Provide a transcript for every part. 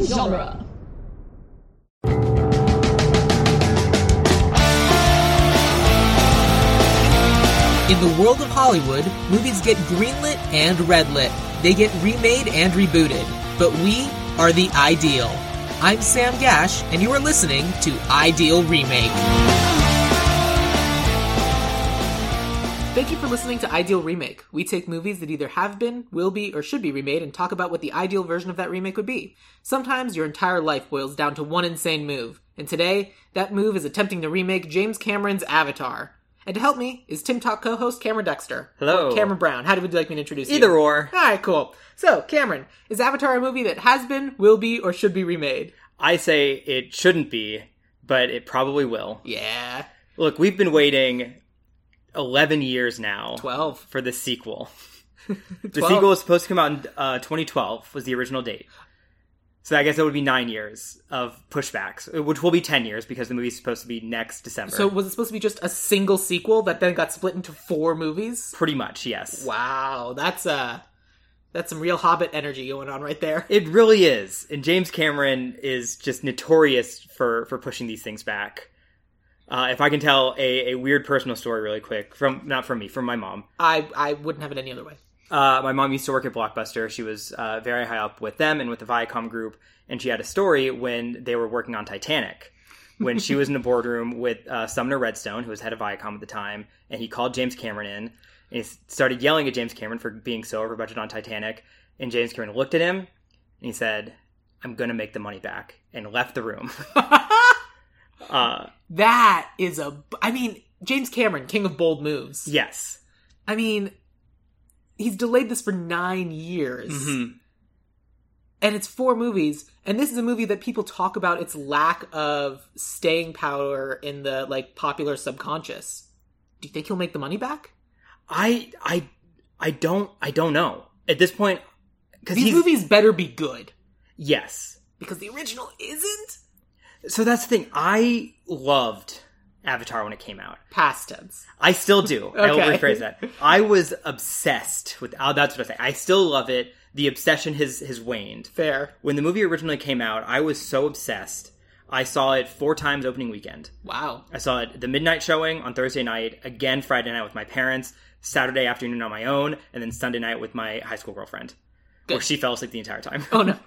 genre. In the world of Hollywood, movies get greenlit and redlit. They get remade and rebooted. But we are the ideal. I'm Sam Gash, and you are listening to Ideal Remake. Thank you for listening to Ideal Remake. We take movies that either have been, will be, or should be remade and talk about what the ideal version of that remake would be. Sometimes your entire life boils down to one insane move, and today, that move is attempting to remake James Cameron's Avatar. And to help me is Tim Talk co host Cameron Dexter. Hello. Or Cameron Brown. How would you like me to introduce you? Either or. All right, cool. So, Cameron, is Avatar a movie that has been, will be, or should be remade? I say it shouldn't be, but it probably will. Yeah, Look, we've been waiting 11 years now twelve. for the sequel. the 12. sequel was supposed to come out in uh, 2012 was the original date. So I guess that would be 9 years of pushbacks, which will be 10 years because the movie's supposed to be next December. So, was it supposed to be just a single sequel that then got split into four movies? pretty much, yes. Wow, that's uh that's some real Hobbit energy going on right there. It really is. And James Cameron is just notorious for, for pushing these things back. Uh, if I can tell a, a weird personal story really quick from not from me, from my mom. I I wouldn't have it any other way. Uh, my mom used to work at Blockbuster. She was uh, very high up with them and with the Viacom group, and she had a story when they were working on Titanic. When she was in the boardroom with uh, Sumner Redstone, who was head of Viacom at the time, and he called James Cameron in and he s- started yelling at James Cameron for being so over budget on Titanic. And James Cameron looked at him and he said, "I'm gonna make the money back," and left the room. uh, That is a b- I mean, James Cameron, king of bold moves. yes. I mean, he's delayed this for 9 years. Mhm. And it's four movies, and this is a movie that people talk about its lack of staying power in the like popular subconscious. Do you think he'll make the money back? I I I don't I don't know at this point because These movies better be good yes. because the original isn't. So that's the thing. I loved Avatar when it came out. Past tense. I still do. I will Okay. rephrase that. I was obsessed with. Oh, that's what I say. I still love it. The obsession has has waned. Fair. When the movie originally came out, I was so obsessed. I saw it four times opening weekend. Wow. I saw it at the midnight showing on Thursday night, again Friday night with my parents, Saturday afternoon on my own, and then Sunday night with my high school girlfriend, where Good. she fell asleep the entire time. Oh no.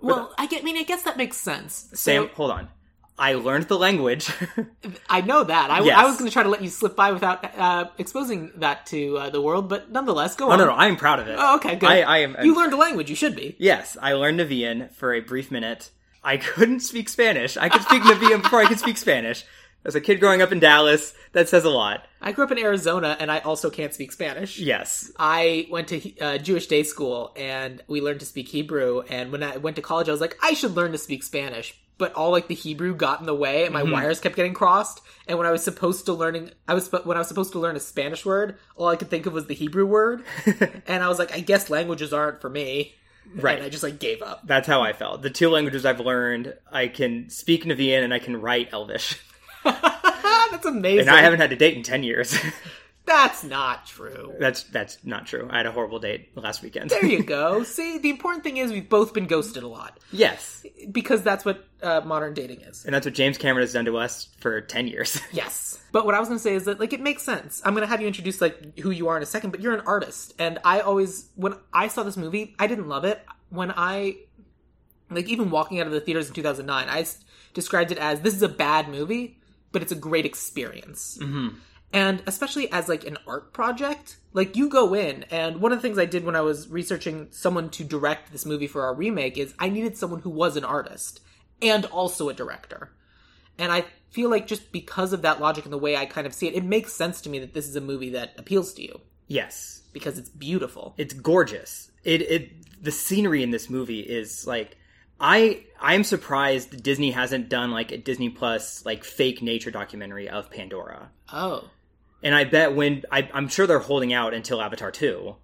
Well, I get. I mean, I guess that makes sense. Sam, hold on. I learned the language. So, I know that. I, Yes. I was going to try to let you slip by without uh, exposing that to uh, the world, but nonetheless, go oh on. no, no, I am proud of it. Oh, okay, good. I, I am. you learned a language. You should be. Yes, I learned Navian for a brief minute. I couldn't speak Spanish. I could speak Navian before I could speak Spanish. As a kid growing up in Dallas, that says a lot. I grew up in Arizona, and I also can't speak Spanish. Yes. I went to he- uh, Jewish day school, and we learned to speak Hebrew. And when I went to college, I was like, I should learn to speak Spanish. But all like the Hebrew got in the way, and my Mm-hmm. wires kept getting crossed. And when I was supposed to learning, I was sp- when I was supposed to learn a Spanish word, all I could think of was the Hebrew word. and I was like, I guess languages aren't for me. Right. And I just like gave up. That's how I felt. The two languages I've learned, I can speak Navian and I can write Elvish. That's amazing. And I haven't had a date in 10 years. That's not true. that's that's not true. I had a horrible date last weekend. There you go. See, the important thing is we've both been ghosted a lot yes. because that's what uh, modern dating is. And that's what James Cameron has done to us for 10 years. Yes. But what I was going to say is that like it makes sense. I'm going to have you introduce like who you are in a second, but you're an artist. And I always when I saw this movie, I didn't love it. When I like even walking out of the theaters in 2009, I s- described it as this is a bad movie, but it's a great experience. Mm-hmm. And especially as like an art project, like you go in and one of the things I did when I was researching someone to direct this movie for our remake is I needed someone who was an artist and also a director. And I feel like just because of that logic and the way I kind of see it, it makes sense to me that this is a movie that appeals to you yes. because it's beautiful. it's gorgeous. It it the scenery in this movie is like I I am surprised Disney hasn't done like a Disney Plus like fake nature documentary of Pandora. oh. And I bet when I, I'm sure they're holding out until Avatar two,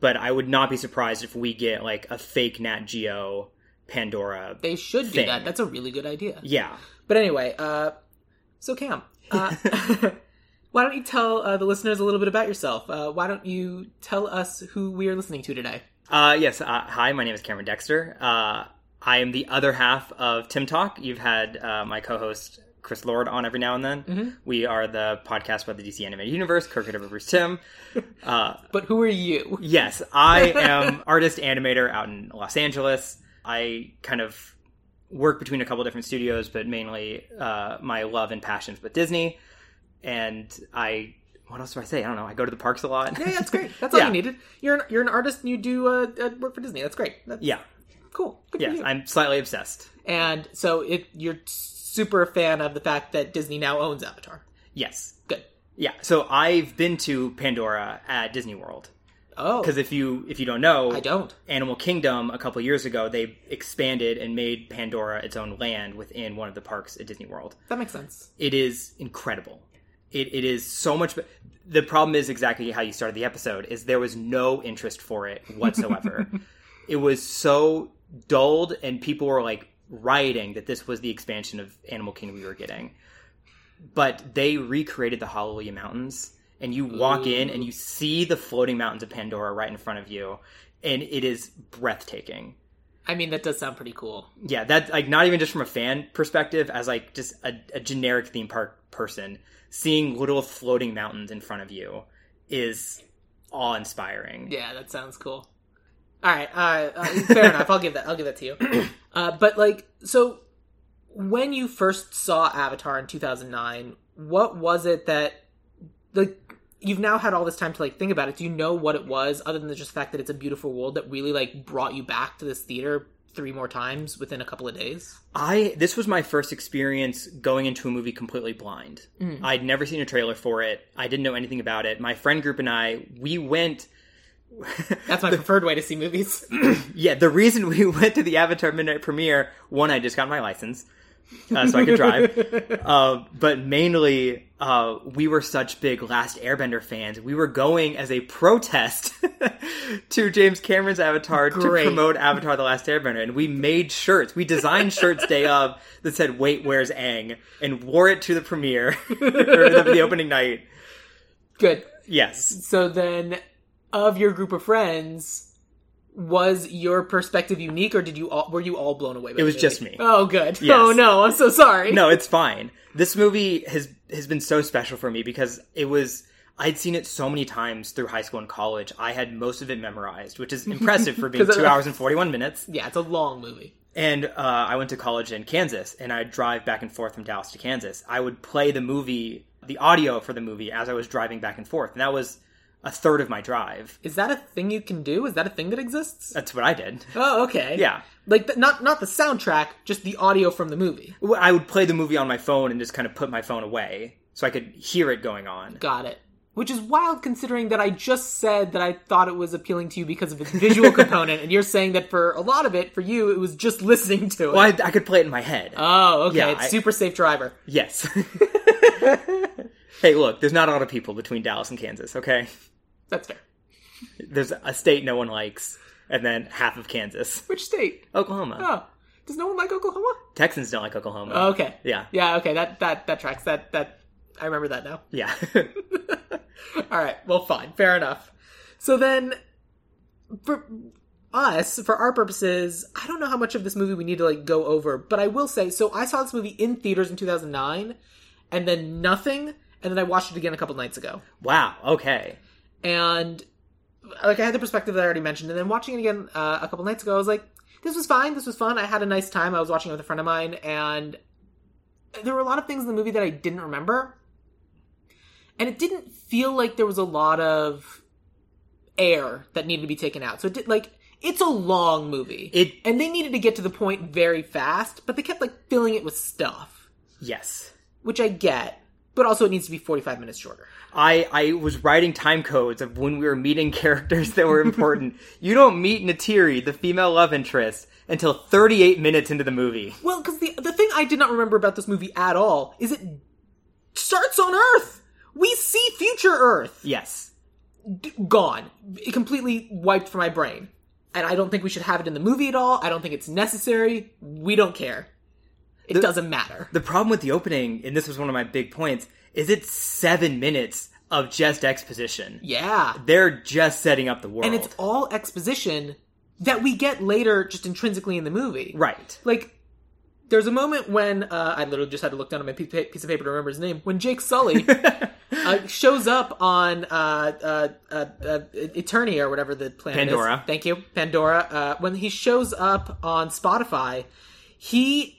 but I would not be surprised if we get like a fake Nat Geo Pandora. They should do Thing. that. That's a really good idea. yeah, But anyway, uh, so Cam, uh, why don't you tell uh, the listeners a little bit about yourself? Uh, why don't you tell us who we are listening to today? Uh, yes. Uh, hi, my name is Cameron Dexter. Uh, I am the other half of Tim Talk. You've had uh, my co-host Chris Lord on every now and then. We are the podcast about the DC animated universe. Kirk at Rivers Tim. Uh, But who are you? Yes, I am artist animator out in Los Angeles. I kind of work between a couple different studios, but mainly uh, my love and passions with Disney. And I, what else do I say? I don't know. I go to the parks a lot. Yeah, that's great. That's all Yeah. you needed. You're an, you're an artist and you do uh, uh, work for Disney. That's great. That's yeah, cool. Good for yes, you. I'm slightly obsessed. and so it, you're super fan of the fact that Disney now owns Avatar. Yes, Good. yeah. So I've been to Pandora at Disney World Oh, because if you if you don't know, I don't. Animal Kingdom a couple years ago they expanded and made Pandora its own land within one of the parks at Disney World. That makes sense. it is incredible. It, it is so much. be- The problem is exactly how you started the episode: is there was no interest for it whatsoever. it was so dulled, and people were like rioting that this was the expansion of Animal Kingdom we were getting. But they recreated the Hallelujah Mountains, and you walk in and you see the floating mountains of Pandora right in front of you, and it is breathtaking I mean, that does sound pretty cool. yeah that's like not even just from a fan perspective as like just a, a generic theme park person seeing little floating mountains in front of you is awe-inspiring Yeah, that sounds cool. All right, uh, uh, fair enough. I'll give that. I'll give that to you. Uh, but like, so when you first saw Avatar in 2009, what was it that like you've now had all this time to like think about it? Do you know what it was other than just the fact that it's a beautiful world that really like brought you back to this theater three more times within a couple of days? i this was my first experience going into a movie completely blind i'd never seen a trailer for it i didn't know anything about it my friend group and i we went That's my preferred way to see movies. yeah the reason we went to the avatar midnight premiere one i just got my license uh, so i could drive uh, but mainly uh, we were such big Last Airbender fans. We were going as a protest to James Cameron's Avatar Great. to promote Avatar: The Last Airbender, and we made shirts. We designed shirts day of that said "Wait, where's Aang?" and wore it to the premiere or the, the opening night. Good. Yes, So then, of your group of friends, was your perspective unique, or did you all were you all blown away? by It was just me. Oh, good. Yes. Oh no, I'm so sorry. no, it's fine. This movie has has been so special for me because it was. I'd seen it so many times through high school and college. I had most of it memorized, which is impressive for being 'Cause it- two hours and 41 minutes. Yeah, it's a long movie. And uh, I went to college in Kansas, and I'd drive back and forth from Dallas to Kansas. I would play the movie, the audio for the movie, as I was driving back and forth, and that was a third of my drive. Is that a thing you can do? Is that a thing that exists? That's what I did. Oh, okay. Yeah. Like the, not not the soundtrack, just the audio from the movie. Well, I would play the movie on my phone and just kind of put my phone away so I could hear it going on. Got it. Which is wild considering that I just said that I thought it was appealing to you because of its visual component, and you're saying that for a lot of it, for you, it was just listening to it. Well, I, I could play it in my head. Oh, okay. Yeah, it's I- super safe driver. yes. hey, look, there's not a lot of people between Dallas and Kansas, okay? That's fair. There's a state no one likes, and then half of Kansas. Which state? Oklahoma. Oh, does no one like Oklahoma? Texans don't like Oklahoma. Okay. Yeah. Yeah. Okay. That that that tracks. That that I remember that now. Yeah. All right. Well, fine. Fair enough. So then, for us, for our purposes, I don't know how much of this movie we need to like go over, but I will say. So I saw this movie in theaters in 2009, and then nothing, and then I watched it again a couple nights ago, wow. Okay. and like I had the perspective that I already mentioned, and then watching it again uh, a couple nights ago, I was like, this was fine. This was fun. I had a nice time. I was watching it with a friend of mine, and there were a lot of things in the movie that I didn't remember. And it didn't feel like there was a lot of air that needed to be taken out. So it did like it's a long movie. It- and they needed to get to the point very fast, but they kept like filling it with stuff, Yes. which I get, but also it needs to be 45 minutes shorter. I, I was writing time codes of when we were meeting characters that were important. you don't meet Natiri, the female love interest, until 38 minutes into the movie. Well, because the the thing I did not remember about this movie at all is it starts on Earth. We see future Earth Yes. D- gone, It completely wiped from my brain, and I don't think we should have it in the movie at all. I don't think it's necessary. We don't care. It doesn't matter. The problem with the opening, and this was one of my big points, is it's seven minutes of just exposition. yeah, They're just setting up the world. and it's all exposition that we get later just intrinsically in the movie. Right. Like, there's a moment when uh, I literally just had to look down at my pe- pe- piece of paper to remember his name. When Jake Sully uh, shows up on uh, uh, uh, uh, Eternia or whatever the planet Pandora. is. Thank you, Pandora. Uh, when he shows up on Spotify, he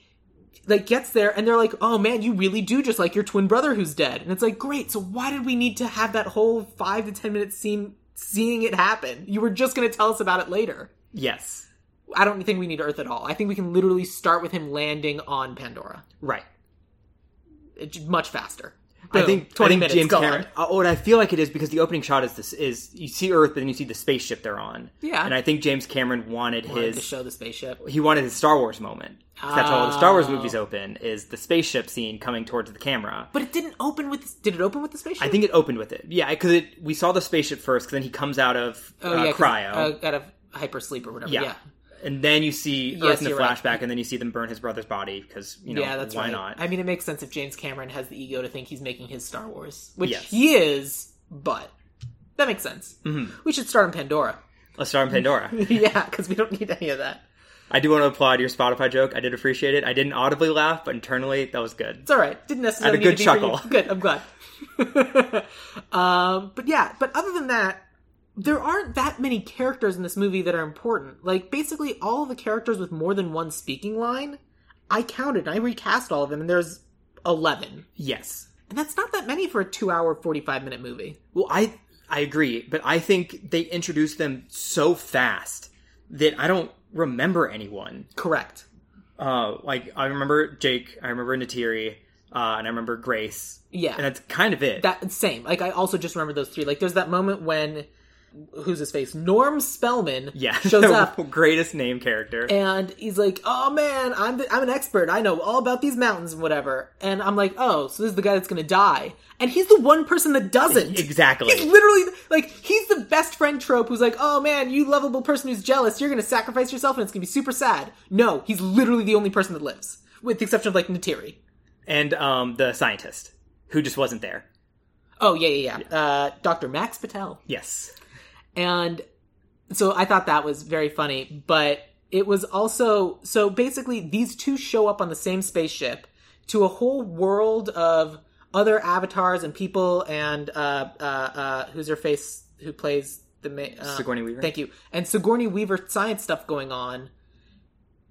like gets there and they're like, "Oh man, you really do just like your twin brother who's dead." And it's like, "Great! So why did we need to have that whole five to ten minute scene seeing it happen? You were just going to tell us about it later." Yes. I don't think we need Earth at all. I think we can literally start with him landing on Pandora. Right. It's much faster. I Boom. think I 20 think minutes James gone. Cameron. Oh, and I feel like it is because the opening shot is this is you see Earth and then you see the spaceship they're on. Yeah. And I think James Cameron wanted Wanted to his show the spaceship. he wanted his Star Wars moment. 'Cause That's how all the Star Oh. Wars movies open is the spaceship scene coming towards the camera. But it didn't open with. Did it open with the spaceship? I think it opened with it. Yeah, because we saw the spaceship first. 'cause then he comes out of uh, 'cause, cryo, uh, out of hypersleep or whatever. yeah. Yeah. and then you see Earth Yes, in the you're right. flashback, and then you see them burn his brother's body because you know Yeah, that's why right. not? I mean, it makes sense if James Cameron has the ego to think he's making his Star Wars, which Yes. he is, but that makes sense. Mm-hmm. We should start on Pandora. Let's start on Pandora. yeah, because we don't need any of that. I do want to applaud your Spotify joke. I did appreciate it. I didn't audibly laugh, but internally that was good. It's all right. Didn't necessarily Had a need to good be for you. chuckle. Good. I'm glad. um, but yeah, but other than that, there aren't that many characters in this movie that are important. Like basically all the characters with more than one speaking line, I counted. I recast all of them, and there's eleven, Yes. and that's not that many for a two-hour, forty-five minute movie. Well, I I agree, but I think they introduced them so fast that I don't remember anyone. Correct. Uh, like I remember Jake, I remember Natiri, uh, and I remember Grace, Yeah. and that's kind of it. that same. Like I also just remember those three. Like there's that moment when who's his face Norm Spellman yeah, shows the up greatest name character. and he's like, "Oh man, I'm the, I'm an expert. I know all about these mountains and whatever." And I'm like, "Oh, so this is the guy that's gonna die?" And he's the one person that doesn't. exactly. He's literally like he's the best friend trope who's like, "Oh man, you lovable person who's jealous, you're gonna sacrifice yourself, and it's gonna be super sad." No, he's literally the only person that lives, with the exception of like Natiri. and um, the scientist who just wasn't there. Oh yeah, yeah, yeah. Uh, Doctor Max Patel. Yes. And so I thought that was very funny, but it was also so basically these two show up on the same spaceship to a whole world of other avatars and people and uh uh uh who's her face who plays the ma- uh, Sigourney Weaver? Thank you. And Sigourney Weaver science stuff going on.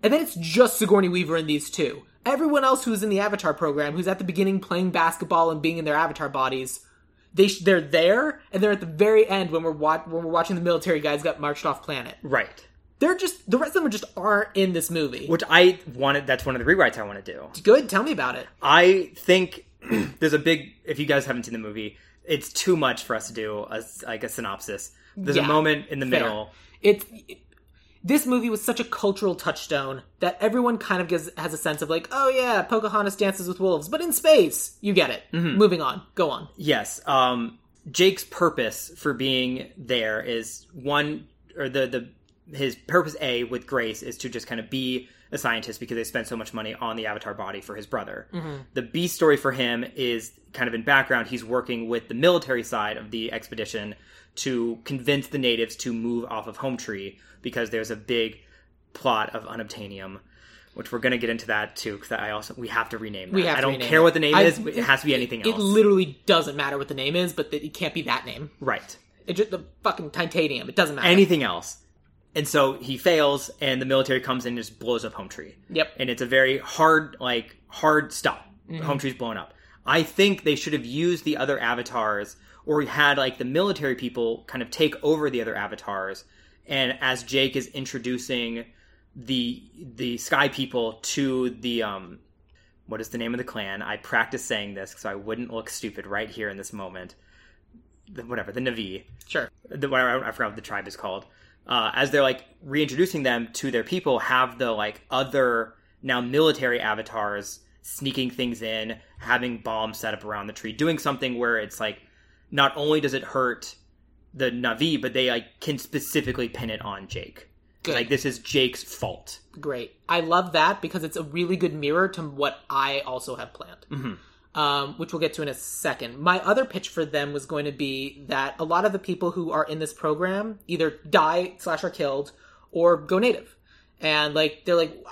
And then it's just Sigourney Weaver and these two. Everyone else who's in the Avatar program, who's at the beginning playing basketball and being in their Avatar bodies, they sh- they're there and they're at the very end when we're wa- when we're watching the military guys get marched off planet. Right. They're just the rest of them are just aren't in this movie. Which I wanted. That's one of the rewrites I want to do. Good, tell me about it. I think there's a big. If you guys haven't seen the movie, it's too much for us to do a, like a synopsis. There's a Yeah. moment in the Fair. middle. It's this movie was such a cultural touchstone that everyone kind of gives has a sense of like, oh yeah, Pocahontas dances with wolves, but in space. You get it. Moving on, go on. Yes. Um, Jake's purpose for being there is one, or the the his purpose A with Grace is to just kind of be a scientist because they spent so much money on the avatar body for his brother. Mm-hmm. The B story for him is kind of in background. He's working with the military side of the expedition to convince the natives to move off of Home Tree because there's a big plot of unobtainium. Which we're gonna get into that too, because I also we have to rename. That. We have I to don't rename care it. what the name I- is; it has to be anything It else. literally doesn't matter what the name is, but it can't be that name. right. It just the fucking titanium. It doesn't matter. anything else. And so he fails, and the military comes in and just blows up Home Tree. Yep. Mm-hmm. And it's a very hard, like, hard stop. Home Tree's blown up. I think they should have used the other avatars or had, like, the military people kind of take over the other avatars. And as Jake is introducing the the sky people to the um what is the name of the clan i practiced saying this so i wouldn't look stupid right here in this moment the, whatever the navi sure. the, whatever, I forgot what the tribe is called. Uh, as they're like reintroducing them to their people, have the like other now military avatars sneaking things in, having bombs set up around the tree, doing something where it's like not only does it hurt the Navi, but they like can specifically pin it on Jake. Good. Like this is Jake's fault. Great. I love that because it's a really good mirror to what I also have planned, um, which we'll get to in a second. My other pitch for them was going to be that a lot of the people who are in this program either die slash are killed or go native. And like they're like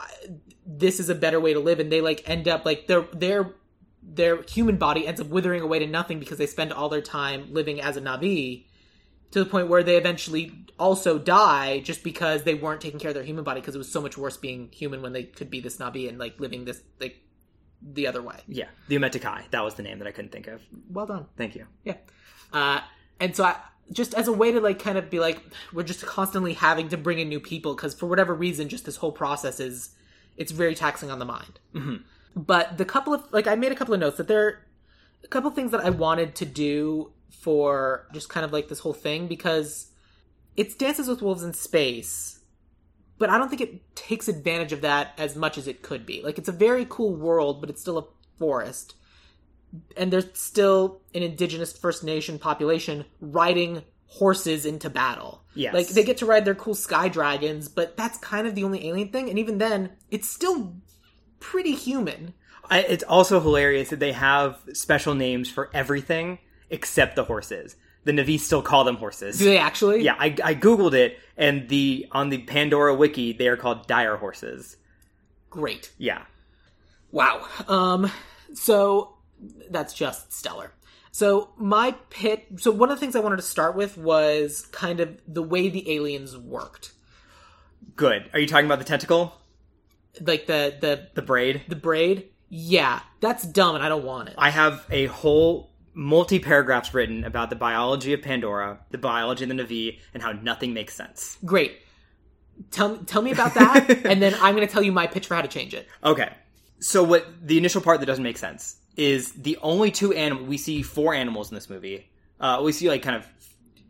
this is a better way to live and they like end up like their their their human body ends up withering away to nothing because they spend all their time living as a Navi to the point where they eventually also die just because they weren't taking care of their human body because it was so much worse being human when they could be this Navi and like living this like the other way. Yeah, the Umetakai. That was the name that I couldn't think of. Well done. Thank you. Yeah. Uh, and so I just as a way to like kind of be like we're just constantly having to bring in new people because for whatever reason just this whole process is it's very taxing on the mind. Mhm. But the couple of like I made a couple of notes that there a couple of things that I wanted to do for just kind of like this whole thing because it's dances with wolves in space but i don't think it takes advantage of that as much as it could be like it's a very cool world but it's still a forest and there's still an indigenous first nation population riding horses into battle Yes. like they get to ride their cool sky dragons but that's kind of the only alien thing and even then it's still pretty human I, it's also hilarious that they have special names for everything except the horses. The Navi still call them horses. do they actually Yeah, I, I googled it, and the on the Pandora wiki, they are called dire horses. great Yeah, Wow. Um, so that's just stellar. So my pit. So one of the things I wanted to start with was kind of the way the aliens worked, good. Are you talking about the tentacle, like the the the braid? the braid. Yeah, that's dumb, and I don't want it. I have a whole multi paragraphs written about the biology of Pandora, the biology of the Navi, and how nothing makes sense. Great. Tell tell me about that, and then I'm going to tell you my pitch for how to change it. Okay. So what the initial part that doesn't make sense is the only two animal we see four animals in this movie. Uh, we see like kind of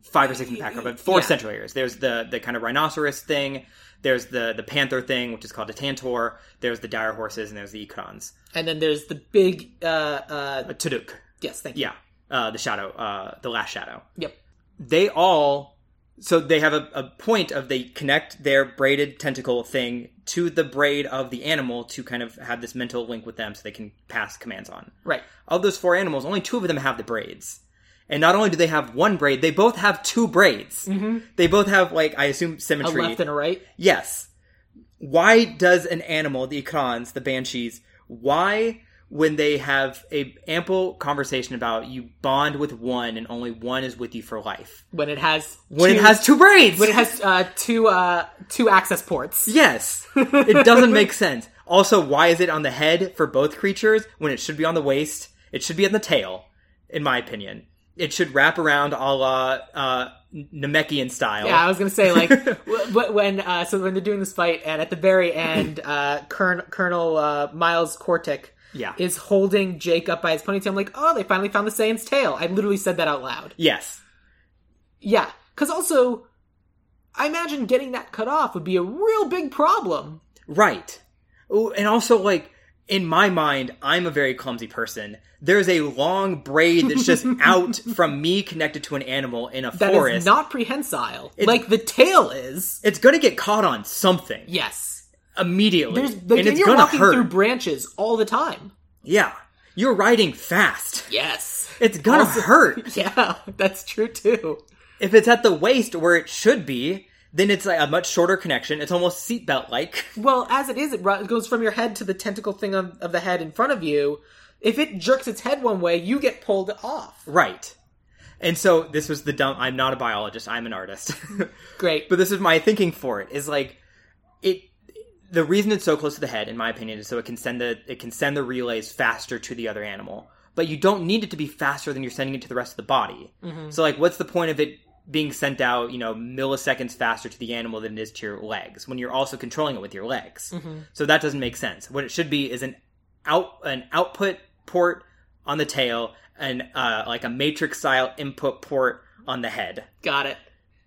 five or six in the background, but four Yeah. central areas. There's the the kind of rhinoceros thing. There's the the panther thing, which is called a tantor. There's the dire horses, and there's the ekrons. And then there's the big. Uh, uh, A Taduk. yes, thank you. Yeah. Uh, the shadow. Uh, the last shadow. Yep. they all so they have a, a point of they connect their braided tentacle thing to the braid of the animal to kind of have this mental link with them so they can pass commands on Right. of those four animals only two of them have the braids and not only do they have one braid they both have two braids they both have like i assume Mm-hmm. A symmetry left and a right. Yes. Why does an animal, the Ikrans, the Banshees, why when they have a ample conversation about you bond with one and only one is with you for life? When it has When two- it has two braids. when it has uh, two uh, two access ports. yes. It doesn't make sense. Also, why is it on the head for both creatures when it should be on the waist? It should be on the tail, in my opinion. It should wrap around a la uh, Namekian style. Yeah, I was gonna say like w- w- when uh, so when they're doing this fight, and at the very end, uh, Kern- Colonel uh, Miles Kortic Yeah. is holding Jake up by his ponytail. I'm like, oh, they finally found the Saiyan's tail. I literally said that out loud. Yes. Yeah, because also, I imagine getting that cut off would be a real big problem. Right. Ooh, and also, like, in my mind, I'm a very clumsy person. There's a long braid that's just out from me connected to an animal in a That is forest. not prehensile, like the tail is. it's gonna get caught on something Yes, immediately. there's like, and and it's you're gonna walking hurt. through branches all the time. Yeah. You're riding fast. Yes, It's gonna hurt. yeah, that's true too. If it's at the waist where it should be, then it's like a much shorter connection. It's almost seatbelt like. Well, as it is, it ru- goes from your head to the tentacle thing on, of the head in front of you. If it jerks its head one way, you get pulled off. Right. And so this was the dumb I'm not a biologist, I'm an artist. Great. but this is my thinking for it is like it the reason it's so close to the head in my opinion is so it can send the it can send the relays faster to the other animal but you don't need it to be faster than you're sending it to the rest of the body so like what's the point of it being sent out you know milliseconds faster to the animal than it is to your legs when you're also controlling it with your legs so that doesn't make sense what it should be is an out an output port on the tail and uh, like a matrix style input port on the head Got it.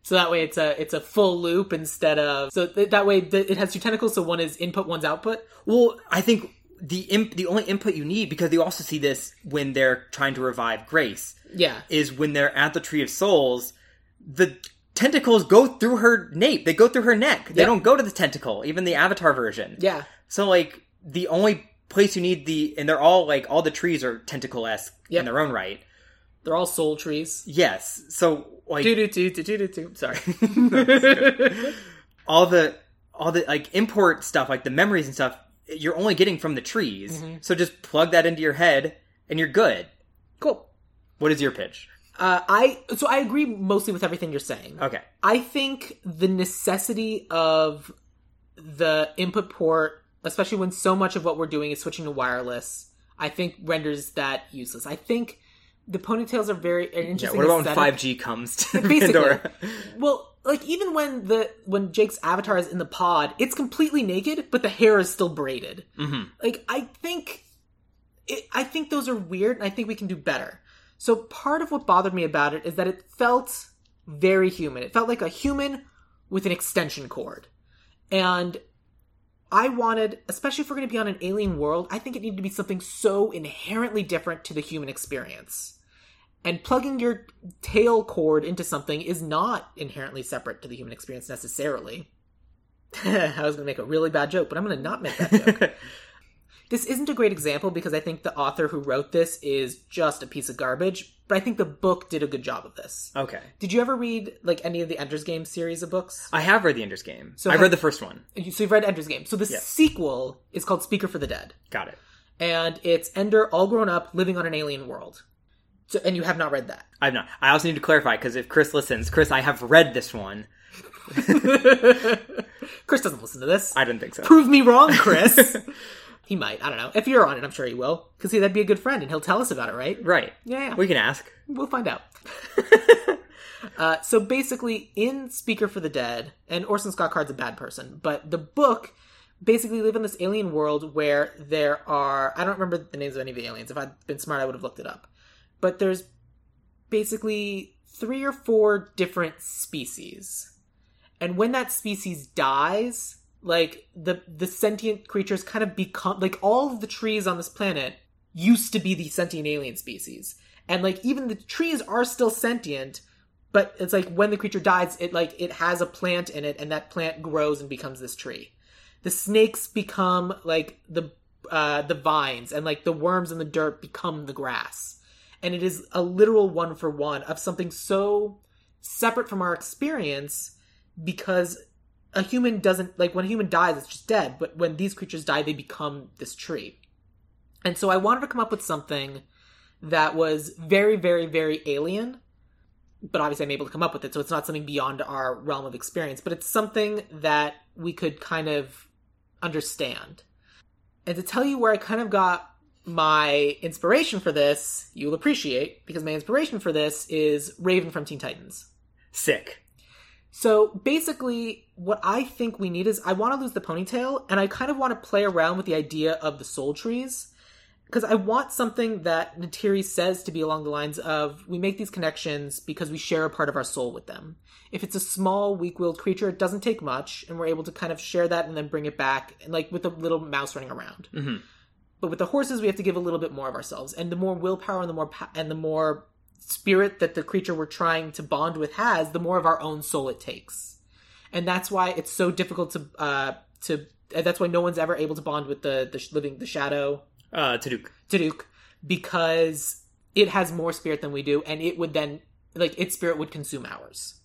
So that way it's a it's a full loop instead of so th- that way th- it has two tentacles. So one is input, one's output. Well, I think the imp- the only input you need because they also see this when they're trying to revive Grace Yeah, is when they're at the Tree of Souls, the tentacles go through her nape. They go through her neck. They Yeah. don't go to the tentacle, even the Avatar version. yeah, So like the only place you need the and they're all like all the trees are tentacle esque Yep. in their own right. they're all soul trees. Yes. So like Do do do do do do. Sorry. all the all the like import stuff, like the memories and stuff, you're only getting from the trees. Mm-hmm. So just plug that into your head and you're good. Cool. What is your pitch? Uh, I so I agree mostly with everything you're saying. Okay. I think the necessity of the input port, especially when so much of what we're doing is switching to wireless, I think renders that useless. I think the ponytails are very an Yeah, interesting. what about when aesthetic. 5G comes to Basically. Pandora? Well, like even when the when Jake's avatar is in the pod, it's completely naked, but the hair is still braided. hmm Like I think, it, I think those are weird, and I think we can do better. So part of what bothered me about it is that it felt very human. It felt like a human with an extension cord, and I wanted, especially if we're going to be on an alien world, I think it needed to be something so inherently different to the human experience. And plugging your tail cord into something is not inherently separate to the human experience necessarily. I was going to make a really bad joke, but I'm going to not make that joke this isn't a great example because I think the author who wrote this is just a piece of garbage, but I think the book did a good job of this. okay. Did you ever read like any of the Ender's Game series of books? I have read the Ender's Game. So I have- read the first one. You- So you've read Ender's Game. So the Yeah. sequel is called Speaker for the Dead, Got it. and it's Ender all grown up living on an alien world. So, and you have not read that. I've not. I also need to clarify because if Chris listens, Chris, I have read this one. Chris doesn't listen to this. I don't think so. Prove me wrong, Chris. he might. I don't know. If you're on it, I'm sure he will. Because he that'd be a good friend, and he'll tell us about it, right? Right. Yeah. We can ask. We'll find out. uh, so basically, in Speaker for the Dead, and Orson Scott Card's a bad person, but the book basically live in this alien world where there are I don't remember the names of any of the aliens. If I'd been smart, I would have looked it up. But there's basically three or four different species. And when that species dies, like the the sentient creatures kind of become like all of the trees on this planet used to be the sentient alien species. And like even the trees are still sentient, but it's like when the creature dies, it like it has a plant in it and that plant grows and becomes this tree. The snakes become like the uh the vines and like the worms and the dirt become the grass. And it is a literal one for one of something so separate from our experience because a human doesn't like when a human dies it's just dead but when these creatures die they become this tree and so i wanted to come up with something that was very very very alien but obviously i'm able to come up with it so it's not something beyond our realm of experience but it's something that we could kind of understand and to tell you where i kind of got my inspiration for this you'll appreciate because my inspiration for this is raven from teen titans Sick. so basically, what I think we need is I want to lose the ponytail, and I kind of want to play around with the idea of the soul trees. Because I want something that Natiri says to be along the lines of we make these connections because we share a part of our soul with them. If it's a small, weak willed creature, it doesn't take much, and we're able to kind of share that and then bring it back, and like with a little mouse running around. hmm But with the horses, we have to give a little bit more of ourselves, and the more willpower and the more pa- and the more spirit that the creature we're trying to bond with has, the more of our own soul it takes, and that's why it's so difficult to uh, to. and That's why no one's ever able to bond with the the sh- living the shadow Uh, Taduk. Taduk because it has more spirit than we do, and it would then like its spirit would consume ours.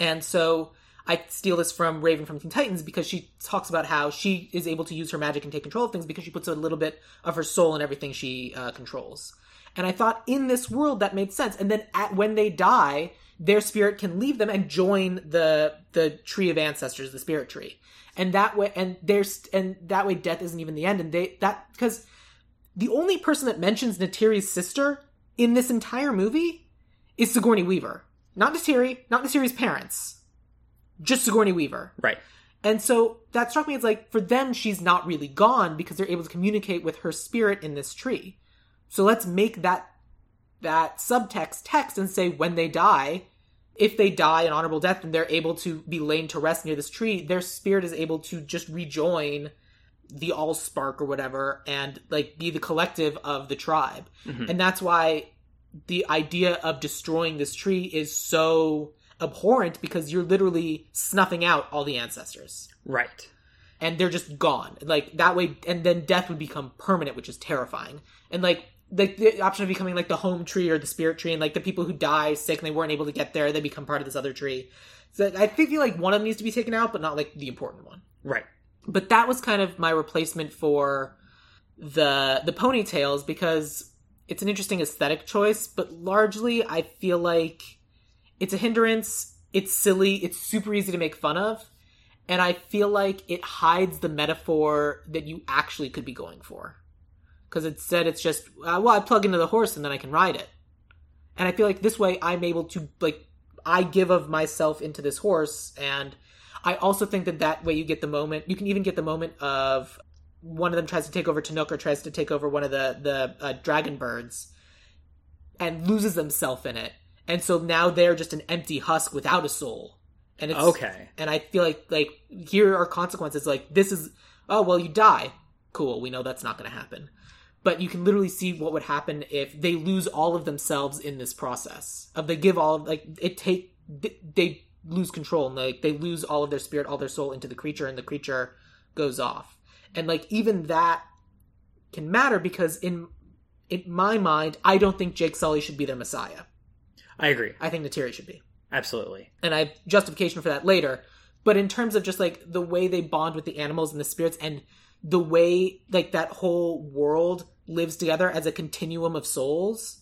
And so I steal this from Raven from Teen Titans because she talks about how she is able to use her magic and take control of things because she puts a little bit of her soul in everything she uh, controls. And I thought in this world that made sense. And then at, when they die, their spirit can leave them and join the the tree of ancestors, the spirit tree. And that way, and there's and that way, death isn't even the end. And they that because the only person that mentions Natiri's sister in this entire movie is Sigourney Weaver. Not Natiri, not Natiri's parents. Just Sigourney Weaver. Right. And so that struck me as like, for them, she's not really gone because they're able to communicate with her spirit in this tree. So let's make that that subtext text and say when they die, if they die an honorable death and they're able to be laid to rest near this tree, their spirit is able to just rejoin the all spark or whatever and like be the collective of the tribe. Mhm. And that's why the idea of destroying this tree is so abhorrent because you're literally snuffing out all the ancestors Right. and they're just gone. Like that way, and then death would become permanent, which is terrifying. And like like the option of becoming like the home tree or the spirit tree, and like the people who die sick and they weren't able to get there, they become part of this other tree. So I think feel like one of them needs to be taken out, but not like the important one. Right. But that was kind of my replacement for the the ponytails because it's an interesting aesthetic choice, but largely I feel like it's a hindrance, it's silly, it's super easy to make fun of, and I feel like it hides the metaphor that you actually could be going for. Because instead it's just, uh, well, I plug into the horse and then I can ride it. And I feel like this way I'm able to, like, I give of myself into this horse, and I also think that that way you get the moment, you can even get the moment of one of them tries to take over Tanook or tries to take over one of the the uh, dragon birds, and loses themselves in it, and so now they're just an empty husk without a soul. And it's Okay. And I feel like like here are consequences. Like this is oh well you die. Cool. We know that's not going to happen. But you can literally see what would happen if they lose all of themselves in this process. Of they give all of like it take they- they lose control and like they lose all of their spirit, all their soul into the creature, and the creature goes off. And like even that can matter because in in my mind, I don't think Jake Sully should be their messiah. I agree. I think Natiri should be Absolutely. and I have justification for that later. But in terms of just like the way they bond with the animals and the spirits and the way like that whole world lives together as a continuum of souls,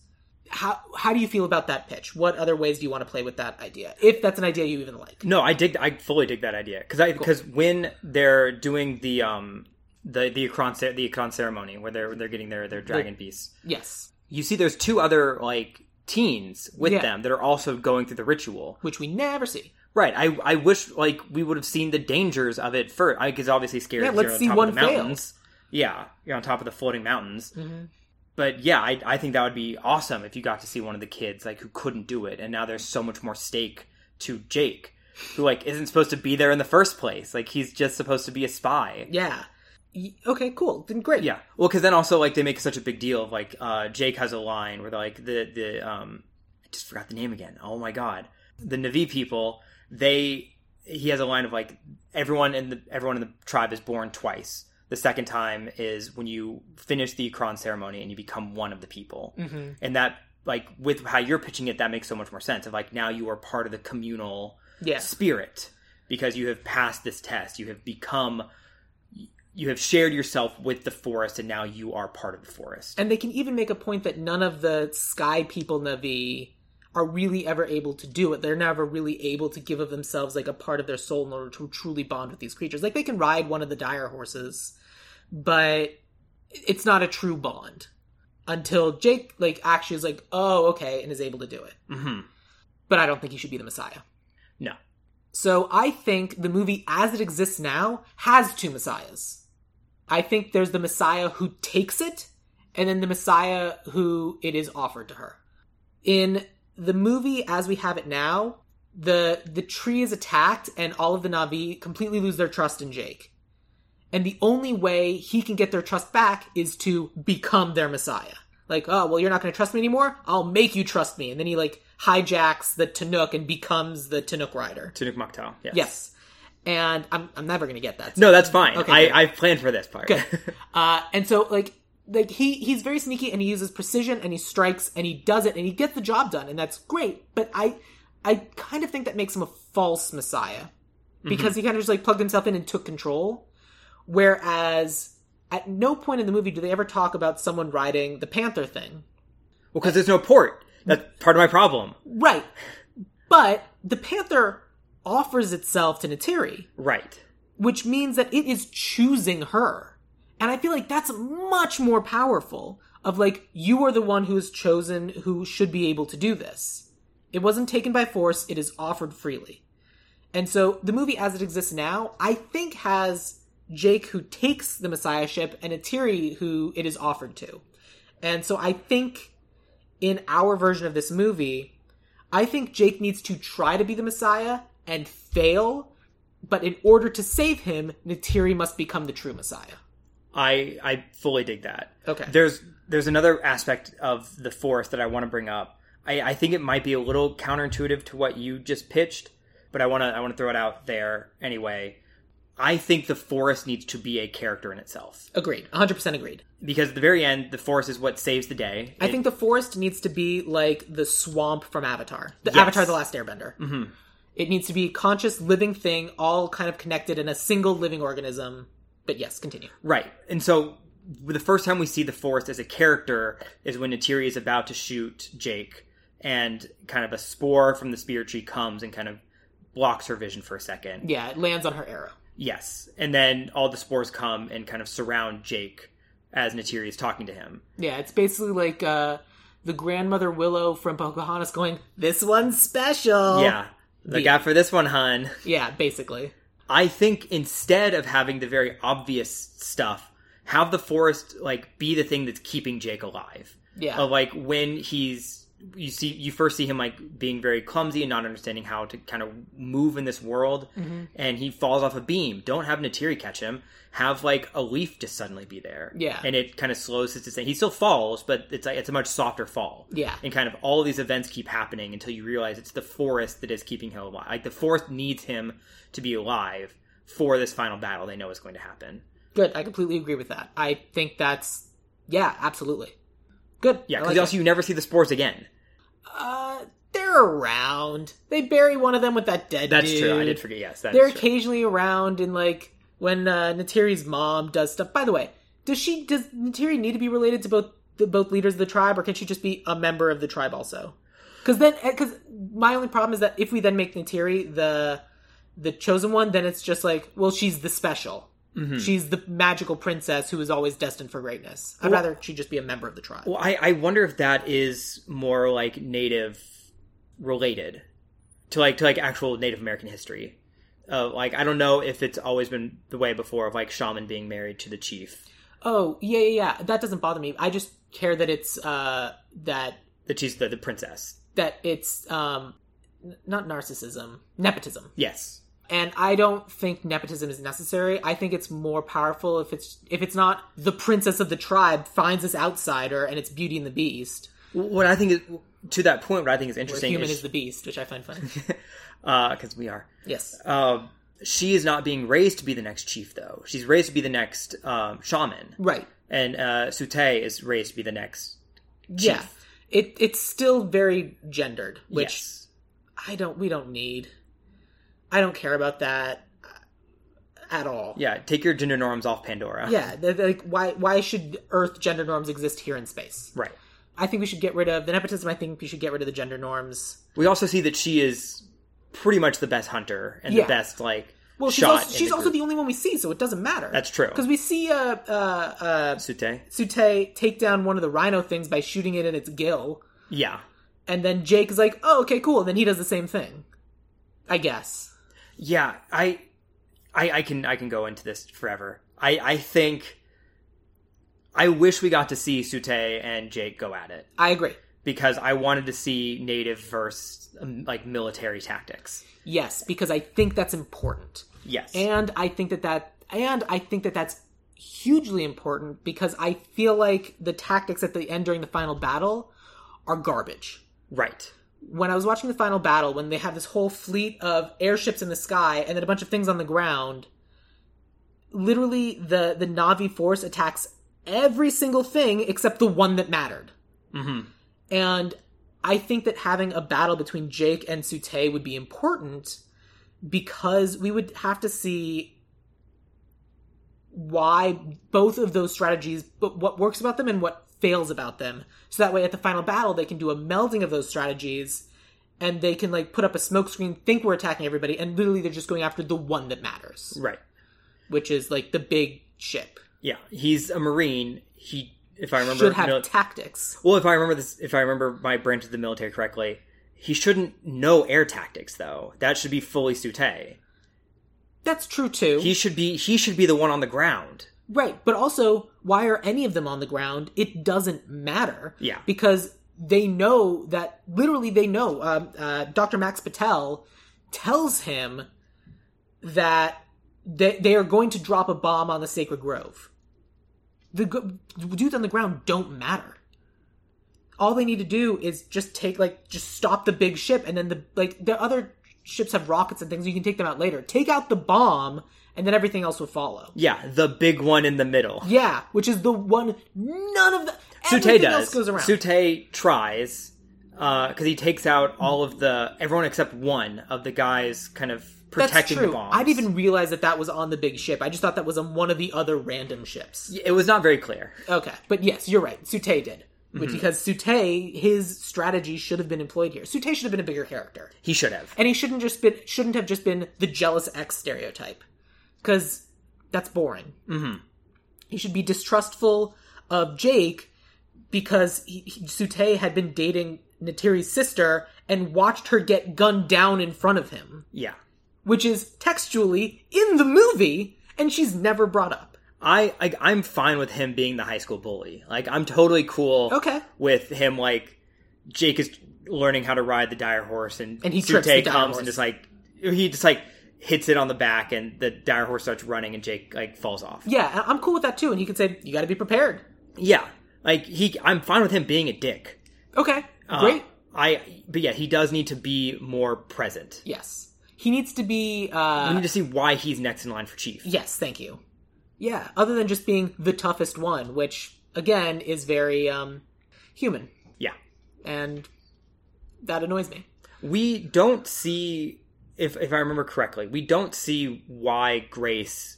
how how do you feel about that pitch? What other ways do you want to play with that idea? If that's an idea you even like. No, I dig. I fully dig that idea because I because when they're doing the um the the Akron cer- the Akron ceremony where they're they're getting their their dragon beasts, Yes. you see there's two other like teens with Yeah. them that are also going through the ritual. Which we never see. Right. I I wish like we would have seen the dangers of it first. I because obviously scary. Yeah, if let's you're on see top one of the fail. Mm-hmm. mountains. Yeah, you're on top of the floating mountains. But yeah, I I think that would be awesome if you got to see one of the kids like who couldn't do it, and now there's so much more stake to Jake, who like isn't supposed to be there in the first place. Like he's just supposed to be a spy. Yeah. Y- Okay, cool. Then great. Yeah. Well, because then also like they make such a big deal of like uh, Jake has a line where like the the um I just forgot the name again. Oh my god, the Navi people they he has a line of like everyone in the everyone in the tribe is born twice. The second time is when you finish the Kron ceremony and you become one of the people, hmm and that like with how you're pitching it, that makes so much more sense. Of like now you are part of the communal Yeah. spirit because you have passed this test you have become you have shared yourself with the forest and now you are part of the forest And they can even make a point that none of the sky people Navi are really ever able to do it. They're never really able to give of themselves like a part of their soul in order to truly bond with these creatures. Like they can ride one of the dire horses, but it's not a true bond until Jake like actually is like, "Oh, okay," and is able to do it. hmm But I don't think he should be the Messiah. No. So I think the movie as it exists now has two messiahs. I think there's the messiah who takes it, and then the messiah who it is offered to her. In the movie as we have it now, the the tree is attacked and all of the Navi completely lose their trust in Jake. And the only way he can get their trust back is to become their messiah. Like, oh, well, you're not going to trust me anymore? I'll make you trust me. And then he, like, hijacks the Tanook and becomes the Tanook rider. Tunuk Maktal. Yes. Yes. And I'm, I'm never going to get that. No, that's fine. Okay, good. I, I planned for this part. Good. Uh, and so, like, like he he's very sneaky and he uses precision and he strikes and he does it and he gets the job done and that's great. But I I kind of think that makes him a false messiah because he kind of just like plugged himself in and took control. Whereas at no point in the movie do they ever talk about someone riding the panther thing, Well, because there's no port. That's part of my problem. right? But the panther offers itself to Natiri. Right. which means that it is choosing her. And I feel like that's much more powerful of like, you are the one who is chosen who should be able to do this. It wasn't taken by force, it is offered freely. And so the movie as it exists now, I think has Jake who takes the messiahship and Atiri who it is offered to. And so I think in our version of this movie, I think Jake needs to try to be the messiah and fail but in order to save him, Natiri must become the true Messiah. I I fully dig that. Okay. There's there's another aspect of the forest that I want to bring up. I, I think it might be a little counterintuitive to what you just pitched, but I wanna I wanna throw it out there anyway. I think the forest needs to be a character in itself. Agreed. 100% agreed. Because at the very end, the forest is what saves the day. I think the forest needs to be like the swamp from Avatar. The Yes. Avatar The Last Airbender. It needs to be a conscious living thing, all kind of connected in a single living organism. But yes, continue. Right. And so the first time we see the forest as a character is when Natiri is about to shoot Jake, and kind of a spore from the spear tree comes and kind of blocks her vision for a second. Yeah, it lands on her arrow. Yes. And then all the spores come and kind of surround Jake as Natiri is talking to him. Yeah, it's basically like uh, the grandmother Willow from Pocahontas going, "This one's special." Yeah. Look Yeah. out for this one, hun. yeah, basically. I think instead of having the very obvious stuff, have the forest like be the thing that's keeping Jake alive. Yeah, Of, like when he's you see you first see him like being very clumsy and not understanding how to kind of move in this world Mm-hmm. and he falls off a beam. Don't have Natiri catch him. Have like a leaf just suddenly be there. Yeah. And it kind of slows his descent. He still falls, but it's like it's a much softer fall. yeah, And kind of all these events keep happening until you realize it's the forest that is keeping him alive. Like the forest needs him to be alive for this final battle they know is going to happen. good. I completely agree with that. I think that's yeah, absolutely good. Yeah, I because like else it. you never see the spores again. uh, they're around. They bury one of them with that dead. That's true. I dude. did forget. Yes, that's They're true. occasionally around in like when uh, Natiri's mom does stuff. By the way, does she does Natiri need to be related to both the, both leaders of the tribe, or can she just be a member of the tribe also? Because then, because my only problem is that if we then make Natiri the the chosen one, then it's just like, well, she's the special. Mm-hmm. She's the magical princess who is always destined for greatness. I'd rather she just be a member of the tribe. Well, I, I wonder if that is more like native related to like to like actual Native American history. Uh, like I don't know if it's always been the way before of like shaman being married to the chief. oh yeah, yeah, yeah. That doesn't bother me. I just care that it's uh that The chief's the, the princess. that it's um n- not narcissism nepotism Yes. and i don't think nepotism is necessary i think it's more powerful if it's if it's not the princess of the tribe finds this outsider and it's beauty and the beast What I think is to that point. What I think is or interesting human is is the beast which i find funny because we are. yes Um, she is not being raised to be the next chief, though. She's raised to be the next um, shaman, right and uh, Sute is raised to be the next. yeah it it's still very gendered which yes. i don't we don't need i don't care about that uh, at all yeah, take your gender norms off Pandora. yeah they're- they're like why why should earth gender norms exist here in space right. I think we should get rid of the nepotism. I think we should get rid of the gender norms. We also see that she is pretty much the best hunter and Yeah. the best like. Well, she's shot also, in she's the also group. the only one we see, so it doesn't matter. That's true. Because we see uh, uh, uh, Sute. Sute take down one of the rhino things by shooting it in its gill, Yeah. and then Jake is like, "Oh, okay, cool." And then he does the same thing. I guess. Yeah, I, I, I can I can go into this forever. I I think. I wish we got to see Sute and Jake go at it I agree. because I wanted to see native versus um, like military tactics. Yes, because I think that's important, Yes. and I think that that and I think that that's hugely important because I feel like the tactics at the end during the final battle are garbage. right. when I was watching the final battle, when they have this whole fleet of airships in the sky and then a bunch of things on the ground, literally the the Navi force attacks every single thing except the one that mattered. Mm-hmm. And I think that having a battle between Jake and Sute would be important because we would have to see why both of those strategies, but what works about them and what fails about them. So that way, at the final battle, they can do a melding of those strategies, and they can like put up a smoke screen, think we're attacking everybody, and literally they're just going after the one that matters, Right. which is like the big ship. Yeah. He's a marine. He, if I remember, Should have mil- tactics. well, if I remember this, if I remember my branch of the military correctly, he shouldn't know air tactics though. That should be fully Sute. That's true too. He should be he should be the one on the ground. Right, but also, why are any of them on the ground? It doesn't matter. Yeah. Because they know that, literally, they know. Um, uh, Dr. Max Patel tells him that they, they are going to drop a bomb on the Sacred Grove. The go- dudes on the ground don't matter. All they need to do is just take, like, just stop the big ship, and then the, like, the other ships have rockets and things, you can take them out later. Take out the bomb, and then everything else will follow. Yeah, the big one in the middle. Yeah, which is the one none of the Sute everything does. else goes around. Sute tries. because he takes out all of the everyone except one of the guys kind of protecting That's the true. bombs. I didn't even realize that that was on the big ship. I just thought that was on one of the other random ships. It was not very clear. Okay, but yes, you're right. Sute did. Mm-hmm. Which, Because Sute, his strategy should have been employed here. Sute should have been a bigger character, He should have. and he shouldn't just been shouldn't have just been the jealous ex stereotype, because that's boring. Mm-hmm. He should be distrustful of Jake because he, he, Sute had been dating Natiri's sister and watched her get gunned down in front of him Yeah. which is textually in the movie, and she's never brought up. I, I I'm fine with him being the high school bully. Like I'm totally cool. Okay. With him, like Jake is learning how to ride the dire horse, and And he Sute trips the comes dire and horse. just like he just like hits it on the back, and the dire horse starts running, and Jake like falls off. Yeah, and I'm cool with that too. And he could say, "You got to be prepared." Yeah. Like he, I'm fine with him being a dick. Okay, Uh, great. I but yeah, he does need to be more present. Yes, he needs to be. I Uh, need to see why he's next in line for chief. yes, thank you. Yeah, other than just being the toughest one, which again is very um, human, Yeah. and that annoys me. We don't see if if I remember correctly, we don't see why Grace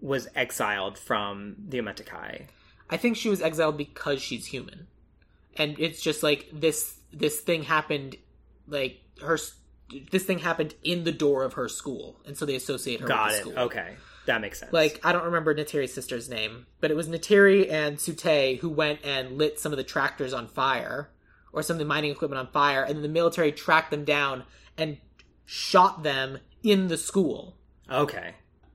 was exiled from the Ometikai. I think she was exiled because she's human, and it's just like this. This thing happened, like her. s- This thing happened in the door of her school, and so they associate her with Got the it. school. Okay. That makes sense. Like I don't remember Natiri's sister's name, but it was Natiri and Sute who went and lit some of the tractors on fire, or some of the mining equipment on fire, and then the military tracked them down and shot them in the school Okay.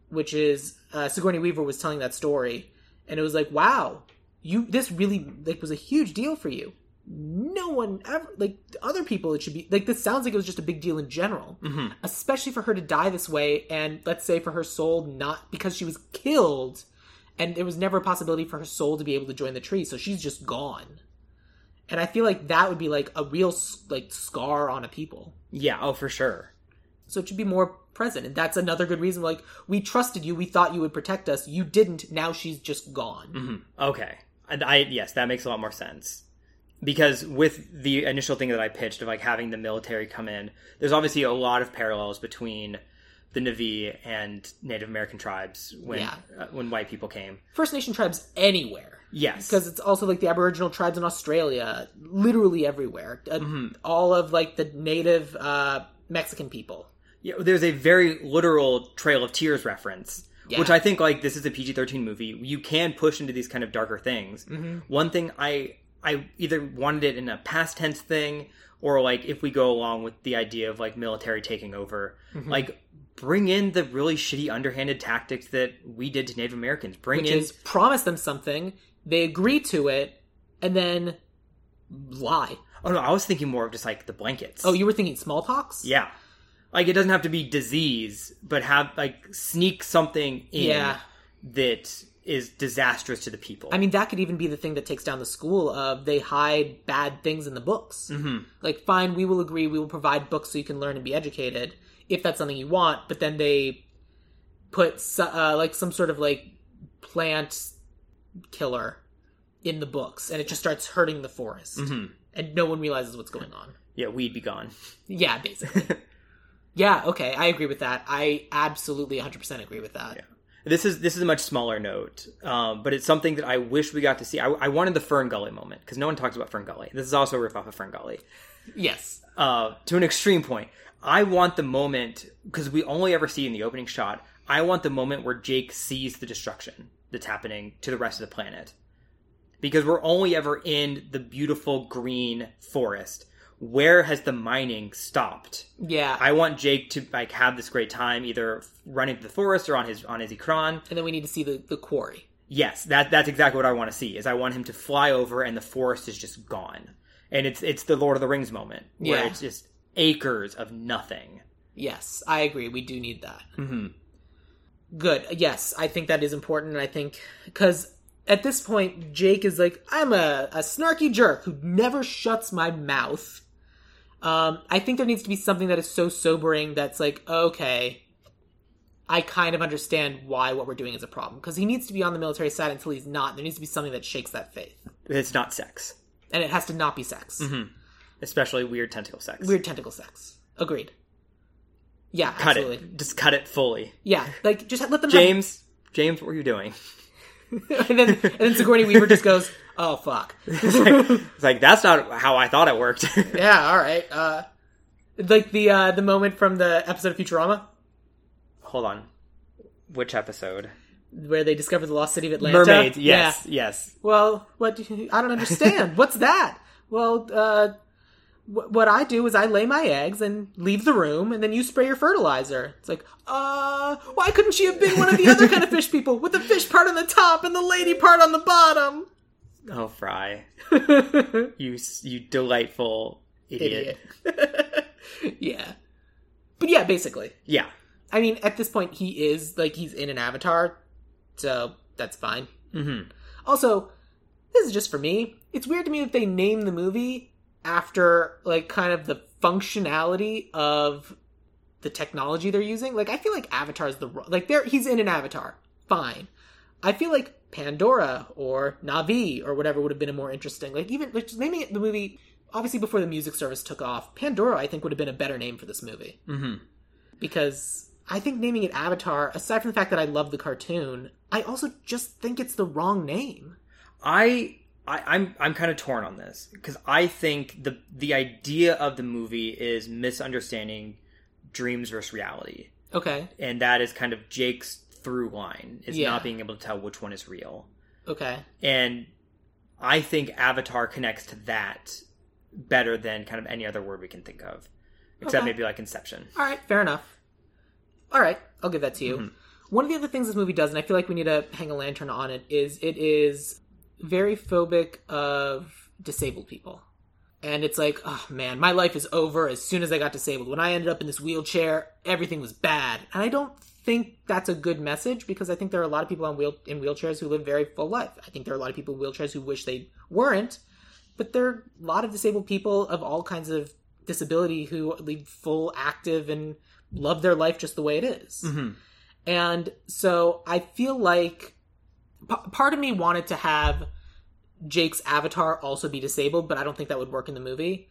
which is uh, Sigourney Weaver was telling that story, and it was like, wow, you this really like was a huge deal for you. No one ever like other people. It should be like this sounds like it was just a big deal in general, especially for her to die this way, and let's say for her soul not because she was killed, and there was never a possibility for her soul to be able to join the tree, so she's just gone. And I feel like that would be like a real s- like scar on a people. Yeah, oh for sure. So it should be more present. And that's another good reason. Like, we trusted you. We thought you would protect us. You didn't. Now she's just gone. Okay. I, I yes, that makes a lot more sense. Because with the initial thing that I pitched of like having the military come in, there's obviously a lot of parallels between the Navi and Native American tribes when Yeah. uh, when white people came. First Nation tribes anywhere. Yes. Because it's also like the Aboriginal tribes in Australia, literally everywhere. Uh, All of like the native uh, Mexican people. Yeah, there's a very literal Trail of Tears reference, Yeah. which I think like this is a PG-13 movie. You can push into these kind of darker things. Mm-hmm. One thing I I either wanted it in a past tense thing or like if we go along with the idea of like military taking over, Mm-hmm. like bring in the really shitty underhanded tactics that we did to Native Americans. Bring Which in is promise them something, they agree to it, and then lie. Oh no, I was thinking more of just like the blankets. Oh, you were thinking smallpox? yeah. Like it doesn't have to be disease, but have like sneak something in. Yeah. that is disastrous to the people. I mean, that could even be the thing that takes down the school of they hide bad things in the books. Mm-hmm. Like, fine, we will agree, we will provide books so you can learn and be educated if that's something you want, but then they put so- uh, like some sort of like plant killer in the books and it just starts hurting the forest and no one realizes what's going on. yeah, we'd be gone. Yeah, basically. yeah, okay, I agree with that. I absolutely 100% agree with that. This is this is a much smaller note, um, but it's something that I wish we got to see. I, I wanted the Fern Gully moment because no one talks about Fern Gully. This is also a riff off of Fern Gully Yes. uh, to an extreme point. I want the moment because we only ever see in the opening shot. I want the moment where Jake sees the destruction that's happening to the rest of the planet, because we're only ever in the beautiful green forest. Where has the mining stopped? Yeah. I want Jake to like have this great time, either running through the forest or on his on his Ikran. and then we need to see the, the quarry. Yes, that that's exactly what I want to see. Is I want him to fly over and the forest is just gone, and it's it's the Lord of the Rings moment where Yeah. it's just acres of nothing. Yes, I agree. We do need that. Mm-hmm. Good. Yes, I think that is important. And I think because at this point, Jake is like, I'm a, a snarky jerk who never shuts my mouth. Um, I think there needs to be something that is so sobering that's like, okay, I kind of understand why what we're doing is a problem. Because he needs to be on the military side until he's not. There needs to be something that shakes that faith. It's not sex. Mm-hmm. And it has to not be sex. especially weird tentacle sex. Weird tentacle sex. Agreed. Yeah, cut absolutely. it. Just cut it fully. Yeah, like just let them. have- James, James, what were you doing? and then and then Sigourney Weaver just goes, "Oh fuck." It's like, it's like, that's not how I thought it worked. Yeah, all right. Uh, like the uh, the moment from the episode of Futurama Hold on. Which episode? where they discover the lost city of Atlanta. Mermaids. Yes, Yeah. yes. Well, what do you- I don't understand. What's that? Well, uh, wh- what I do is I lay my eggs and leave the room, and then you spray your fertilizer. It's like, uh, why couldn't she have been one of the other kind of fish people with the fish part on the top and the lady part on the bottom? Oh, Fry, you s- you delightful idiot. Idiot. yeah. But yeah, basically. Yeah, I mean, at this point, he is like he's in an avatar, so that's fine. Mhm. Also, this is just for me. It's weird to me that they name the movie after like kind of the functionality of the technology they're using. Like, I feel like Avatar's the wrong- like there he's in an avatar, fine. I feel like Pandora or Navi or whatever would have been a more interesting. Like even like just naming it the movie obviously before the music service took off, Pandora I think would have been a better name for this movie Mm-hmm. because I think naming it Avatar, aside from the fact that I love the cartoon, I also just think it's the wrong name. I, I I'm I'm kind of torn on this because I think the the idea of the movie is misunderstanding dreams versus reality, Okay, and that is kind of Jake's through line is Yeah. not being able to tell which one is real. okay, And I think Avatar connects to that better than kind of any other word we can think of, except Okay. maybe like Inception. all right, fair enough. All right, I'll give that to you. One of the other things this movie does, and I feel like we need to hang a lantern on it, is it is very phobic of disabled people. And it's like, oh man, my life is over as soon as I got disabled. When I ended up in this wheelchair, everything was bad. And I don't think that's a good message because I think there are a lot of people on wheel- in wheelchairs who live very full life. I think there are a lot of people in wheelchairs who wish they weren't, but there are a lot of disabled people of all kinds of disability who lead full, active, and love their life just the way it is. Mhm. And so I feel like p- part of me wanted to have Jake's avatar also be disabled, but I don't think that would work in the movie.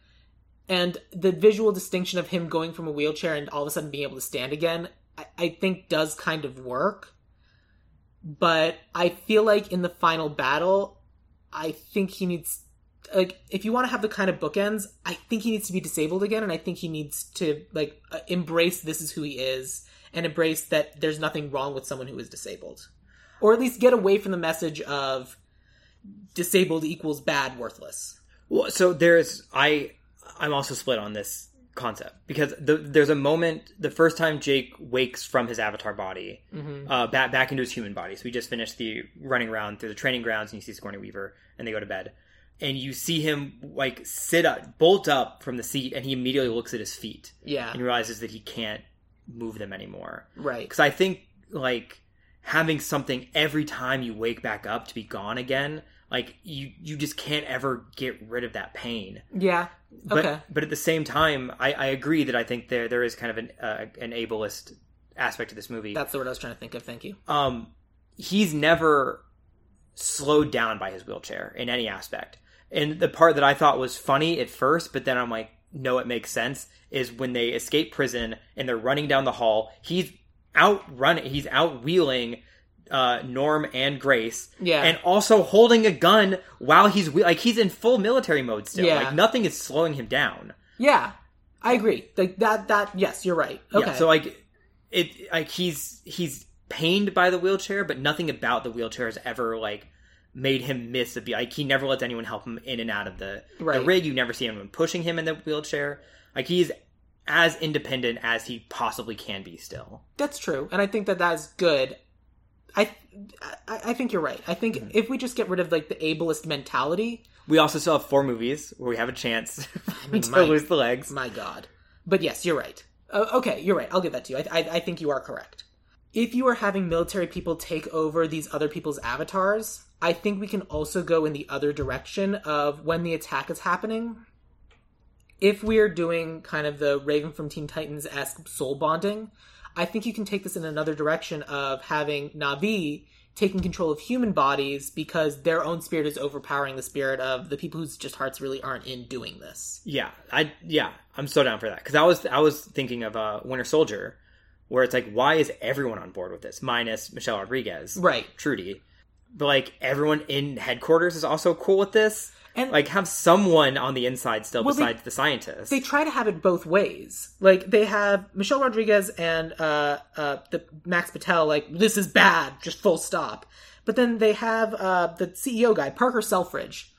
And the visual distinction of him going from a wheelchair and all of a sudden being able to stand again, I, I think does kind of work. But I feel like in the final battle, I think he needs like if you want to have the kind of bookends, I think he needs to be disabled again, and I think he needs to like uh, embrace this is who he is and embrace that there's nothing wrong with someone who is disabled, or at least get away from the message of disabled equals bad, worthless. Well, so there's I I'm also split on this concept because the, there's a moment the first time Jake wakes from his avatar body Mm-hmm. uh, back back into his human body. So we just finished the running around through the training grounds, and you see Sigourney Weaver, and they go to bed, and you see him like sit up, bolt up from the seat, and he immediately looks at his feet Yeah, and realizes that he can't move them anymore. right. Because I think like having something every time you wake back up to be gone again, like you you just can't ever get rid of that pain. Yeah. But, Okay. but at the same time, I, I agree that I think there there is kind of an uh, an ableist aspect to this movie. That's the word I was trying to think of. Thank you. Um, he's never slowed down by his wheelchair in any aspect. And the part that I thought was funny at first, but then I'm like, no, it makes sense. Is when they escape prison and they're running down the hall. He's out running. He's out wheeling uh, Norm and Grace, Yeah. and also holding a gun while he's whe- like he's in full military mode still. Yeah. Like nothing is slowing him down. Yeah, I agree. Like that. That. Yes, you're right. Okay. Yeah, so like it like he's he's pained by the wheelchair, but nothing about the wheelchair has ever like made him miss a beat. Like he never lets anyone help him in and out of the, Right. the rig. You never see anyone pushing him in the wheelchair. Like he's as independent as he possibly can be still. That's true, and I think that that's good. I, I, I think you're right. I think if we just get rid of like the ableist mentality, We also still have four movies where we have a chance mean, to my- lose the legs. my God. But yes, you're right. Uh, okay, you're right. I'll give that to you. I, I, I think you are correct. If you are having military people take over these other people's avatars, I think we can also go in the other direction of when the attack is happening. If we're doing kind of the Raven from Teen Titans esque soul bonding, I think you can take this in another direction of having Navi taking control of human bodies because their own spirit is overpowering the spirit of the people whose just hearts really aren't in doing this. Yeah, I yeah, I'm so down for that because I was I was thinking of uh, Winter Soldier, where it's like, why is everyone on board with this minus Michelle Rodriguez, Right. Trudy, but like everyone in headquarters is also cool with this. And- like have someone on the inside still Well, they- besides the scientist. They try to have it both ways. Like they have Michelle Rodriguez and uh, uh, the Max Patel. Like this is bad, just full stop. But then they have uh, the CEO guy, Parker Selfridge,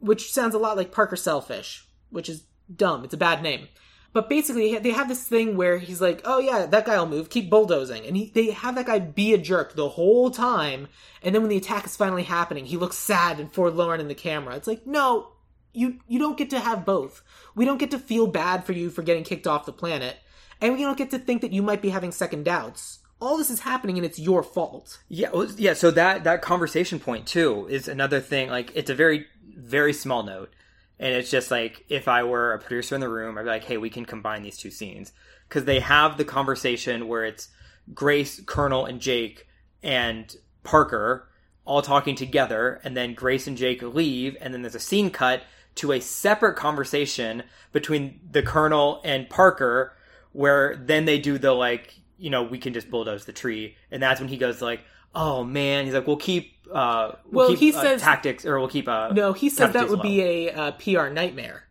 which sounds a lot like Parker Selfish, which is dumb. It's a bad name. But basically, they have this thing where he's like, "Oh yeah, that guy will move. Keep bulldozing," and he, they have that guy be a jerk the whole time. And then when the attack is finally happening, he looks sad and forlorn in the camera. It's like, no, you you don't get to have both. We don't get to feel bad for you for getting kicked off the planet, and we don't get to think that you might be having second doubts. All this is happening, and it's your fault. Yeah, well, yeah. So that that conversation point too is another thing. Like, it's a very very small note, and it's just like if I were a producer in the room, I'd be like, "Hey, we can combine these two scenes because they have the conversation where it's Grace, Colonel, and Jake and Parker all talking together, and then Grace and Jake leave, and then there's a scene cut to a separate conversation between the Colonel and Parker, where then they do the like, you know, we can just bulldoze the tree, and that's when he goes like, "Oh man," he's like, "We'll keep, uh, Well, we'll, keep, he uh, says- tactics, or we'll keep uh, No, he said that Tactics would low. be a uh, PR nightmare.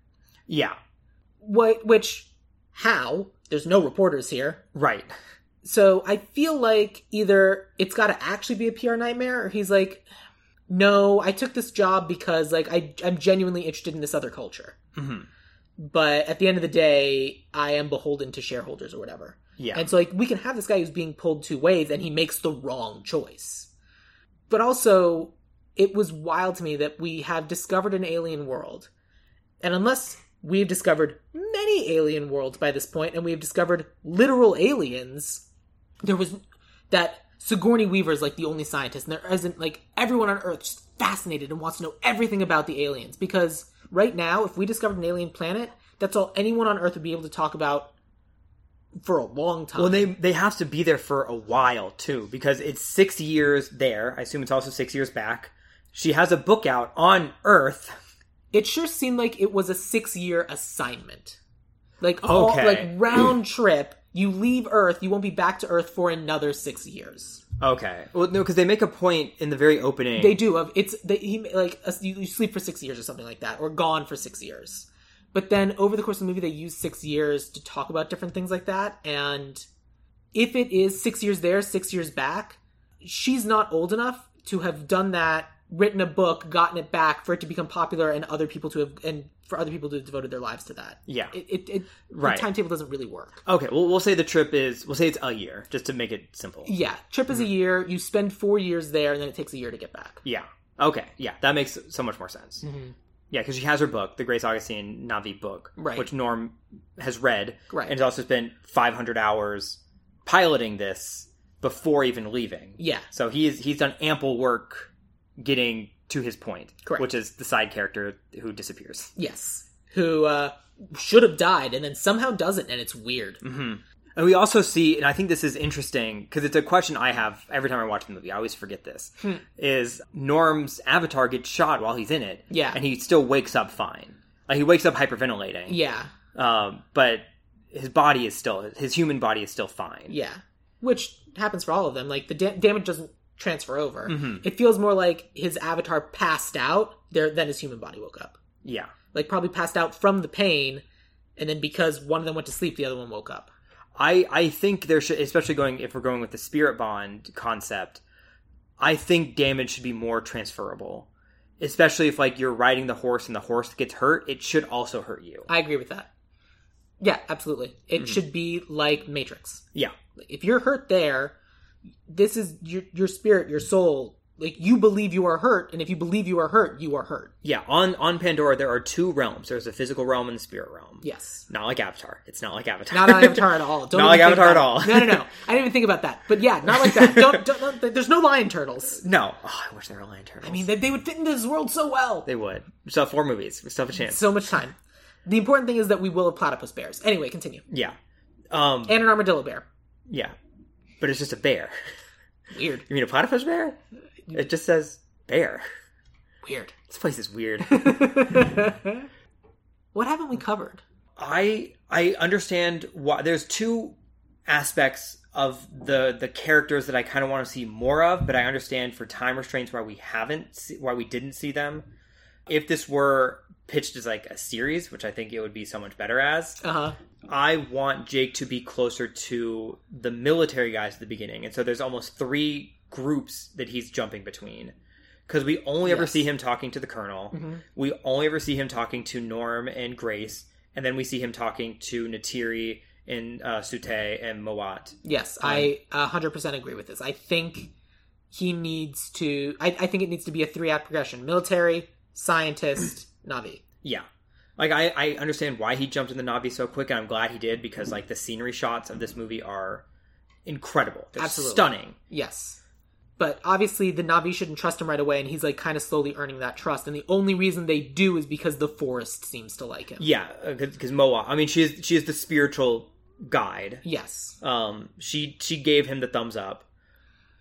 yeah, What? Which? How? There's no reporters here, right, so I feel like either it's got to actually be a PR nightmare, or he's like, "No, I took this job because like I I'm genuinely interested in this other culture, hmm but at the end of the day, I am beholden to shareholders or whatever." yeah, And so, like, we can have this guy who's being pulled two ways and he makes the wrong choice. But also, it was wild to me that we have discovered an alien world. And unless we've discovered many alien worlds by this point and we've discovered literal aliens, there was that Sigourney Weaver is like the only scientist, and there isn't like everyone on Earth just fascinated and wants to know everything about the aliens. Because right now, if we discovered an alien planet, that's all anyone on Earth would be able to talk about for a long time. Well, they they have to be there for a while too, because it's six years there. I assume it's also six years back. She has a book out on Earth. it sure seemed like it was a six year assignment. Like all, Okay. like round trip, you leave Earth, you won't be back to Earth for another six years. Okay. Well, no, because they make a point in the very opening. They do of it's they, he like uh, you, you sleep for six years or something like that, or gone for six years. But then over the course of the movie, they use six years to talk about different things like that. And if it is six years there, six years back, she's not old enough to have done that, written a book, gotten it back for it to become popular, and other people to have and for other people to have devoted their lives to that. Yeah. it, it, it Right. the timetable doesn't really work. Okay. Well, we'll say the trip is. We'll say it's a year, just to make it simple. Yeah, trip is a year. You spend four years there, and then it takes a year to get back. Yeah. Okay. Yeah, that makes so much more sense. mm-hmm. Yeah, because she has her book, the Grace Augustine Navi book, Right. which Norm has read, Right. and has also spent 500 hours piloting this before even leaving. Yeah, So he's he's done ample work getting to his point, Correct. which is the side character who disappears. yes. Who uh, should have died, and then somehow doesn't, and it's weird. And we also see, and I think this is interesting because it's a question I have every time I watch the movie. I always forget this: Hmm. is Norm's avatar gets shot while he's in it, Yeah. and he still wakes up fine. Like he wakes up hyperventilating, Yeah, um, but his body is still his human body is still fine. yeah. Which happens for all of them. Like the da- damage doesn't transfer over. It feels more like his avatar passed out there than his human body woke up. yeah. Like probably passed out from the pain, and then because one of them went to sleep, the other one woke up. I I think there should, especially going if we're going with the spirit bond concept. I think damage should be more transferable, especially if like you're riding the horse and the horse gets hurt. It should also hurt you. I agree with that. Yeah, absolutely. It should be like Matrix. Yeah, if you're hurt there this is your your spirit your soul like you believe you are hurt and if you believe you are hurt you are hurt yeah. On on Pandora, there are two realms. There's a physical realm and the spirit realm. yes Not like Avatar. It's not like Avatar. not on avatar at all Don't even Not like think Avatar about at it. all. no no no i didn't even think about that but yeah not like that don't, don't, don't- there's no lion turtles no. Oh, I wish there were Lion Turtles. i mean they, they would fit into this world so well they would. We still have four movies. We still have a chance. so much time the important thing is that we will have platypus bears anyway continue yeah. Um. and an armadillo bear yeah. But it's just a bear. Weird. You mean a platypus bear? It just says bear. Weird. This place is weird. what haven't we covered? I I understand why there's two aspects of the the characters that I kind of want to see more of, but I understand for time restraints why we haven't see, why we didn't see them. If this were pitched as like a series, which I think it would be so much better as, Uh huh. I want Jake to be closer to the military guys at the beginning. And so there's almost three groups that he's jumping between. Because we only ever Yes. Mm-hmm. see him talking to the colonel. We only ever see him talking to Norm and Grace. And then we see him talking to Natiri and uh, Sute and Moat. Yes, I 100% agree with this. I think he needs to. I, I think it needs to be a three act progression military, scientist, Navi. Yeah. Like, I, I understand why he jumped in the Navi so quick, and I'm glad he did because, like, the scenery shots of this movie are incredible. They're Absolutely. stunning. Yes. But obviously, the Navi shouldn't trust him right away, and he's like kind of slowly earning that trust. And the only reason they do is because the forest seems to like him. Yeah, because Moa. I mean, she is she is the spiritual guide. Yes. Um, she she gave him the thumbs up,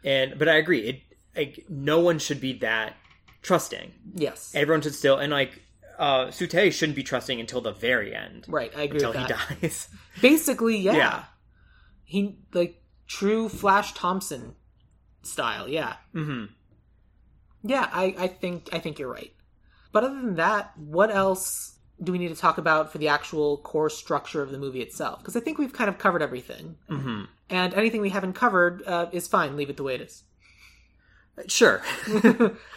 and but I agree. It like no one should be that trusting. Yes. Everyone should still and like uh, Sute shouldn't be trusting until the very end, right. I agree until with he that. dies. Basically, yeah. Yeah. He like true Flash Thompson style. Yeah. hmm Yeah, I, I think I think you're right. But other than that, what else do we need to talk about for the actual core structure of the movie itself? Because I think we've kind of covered everything, hmm and anything we haven't covered uh, is fine. Leave it the way it is. Sure,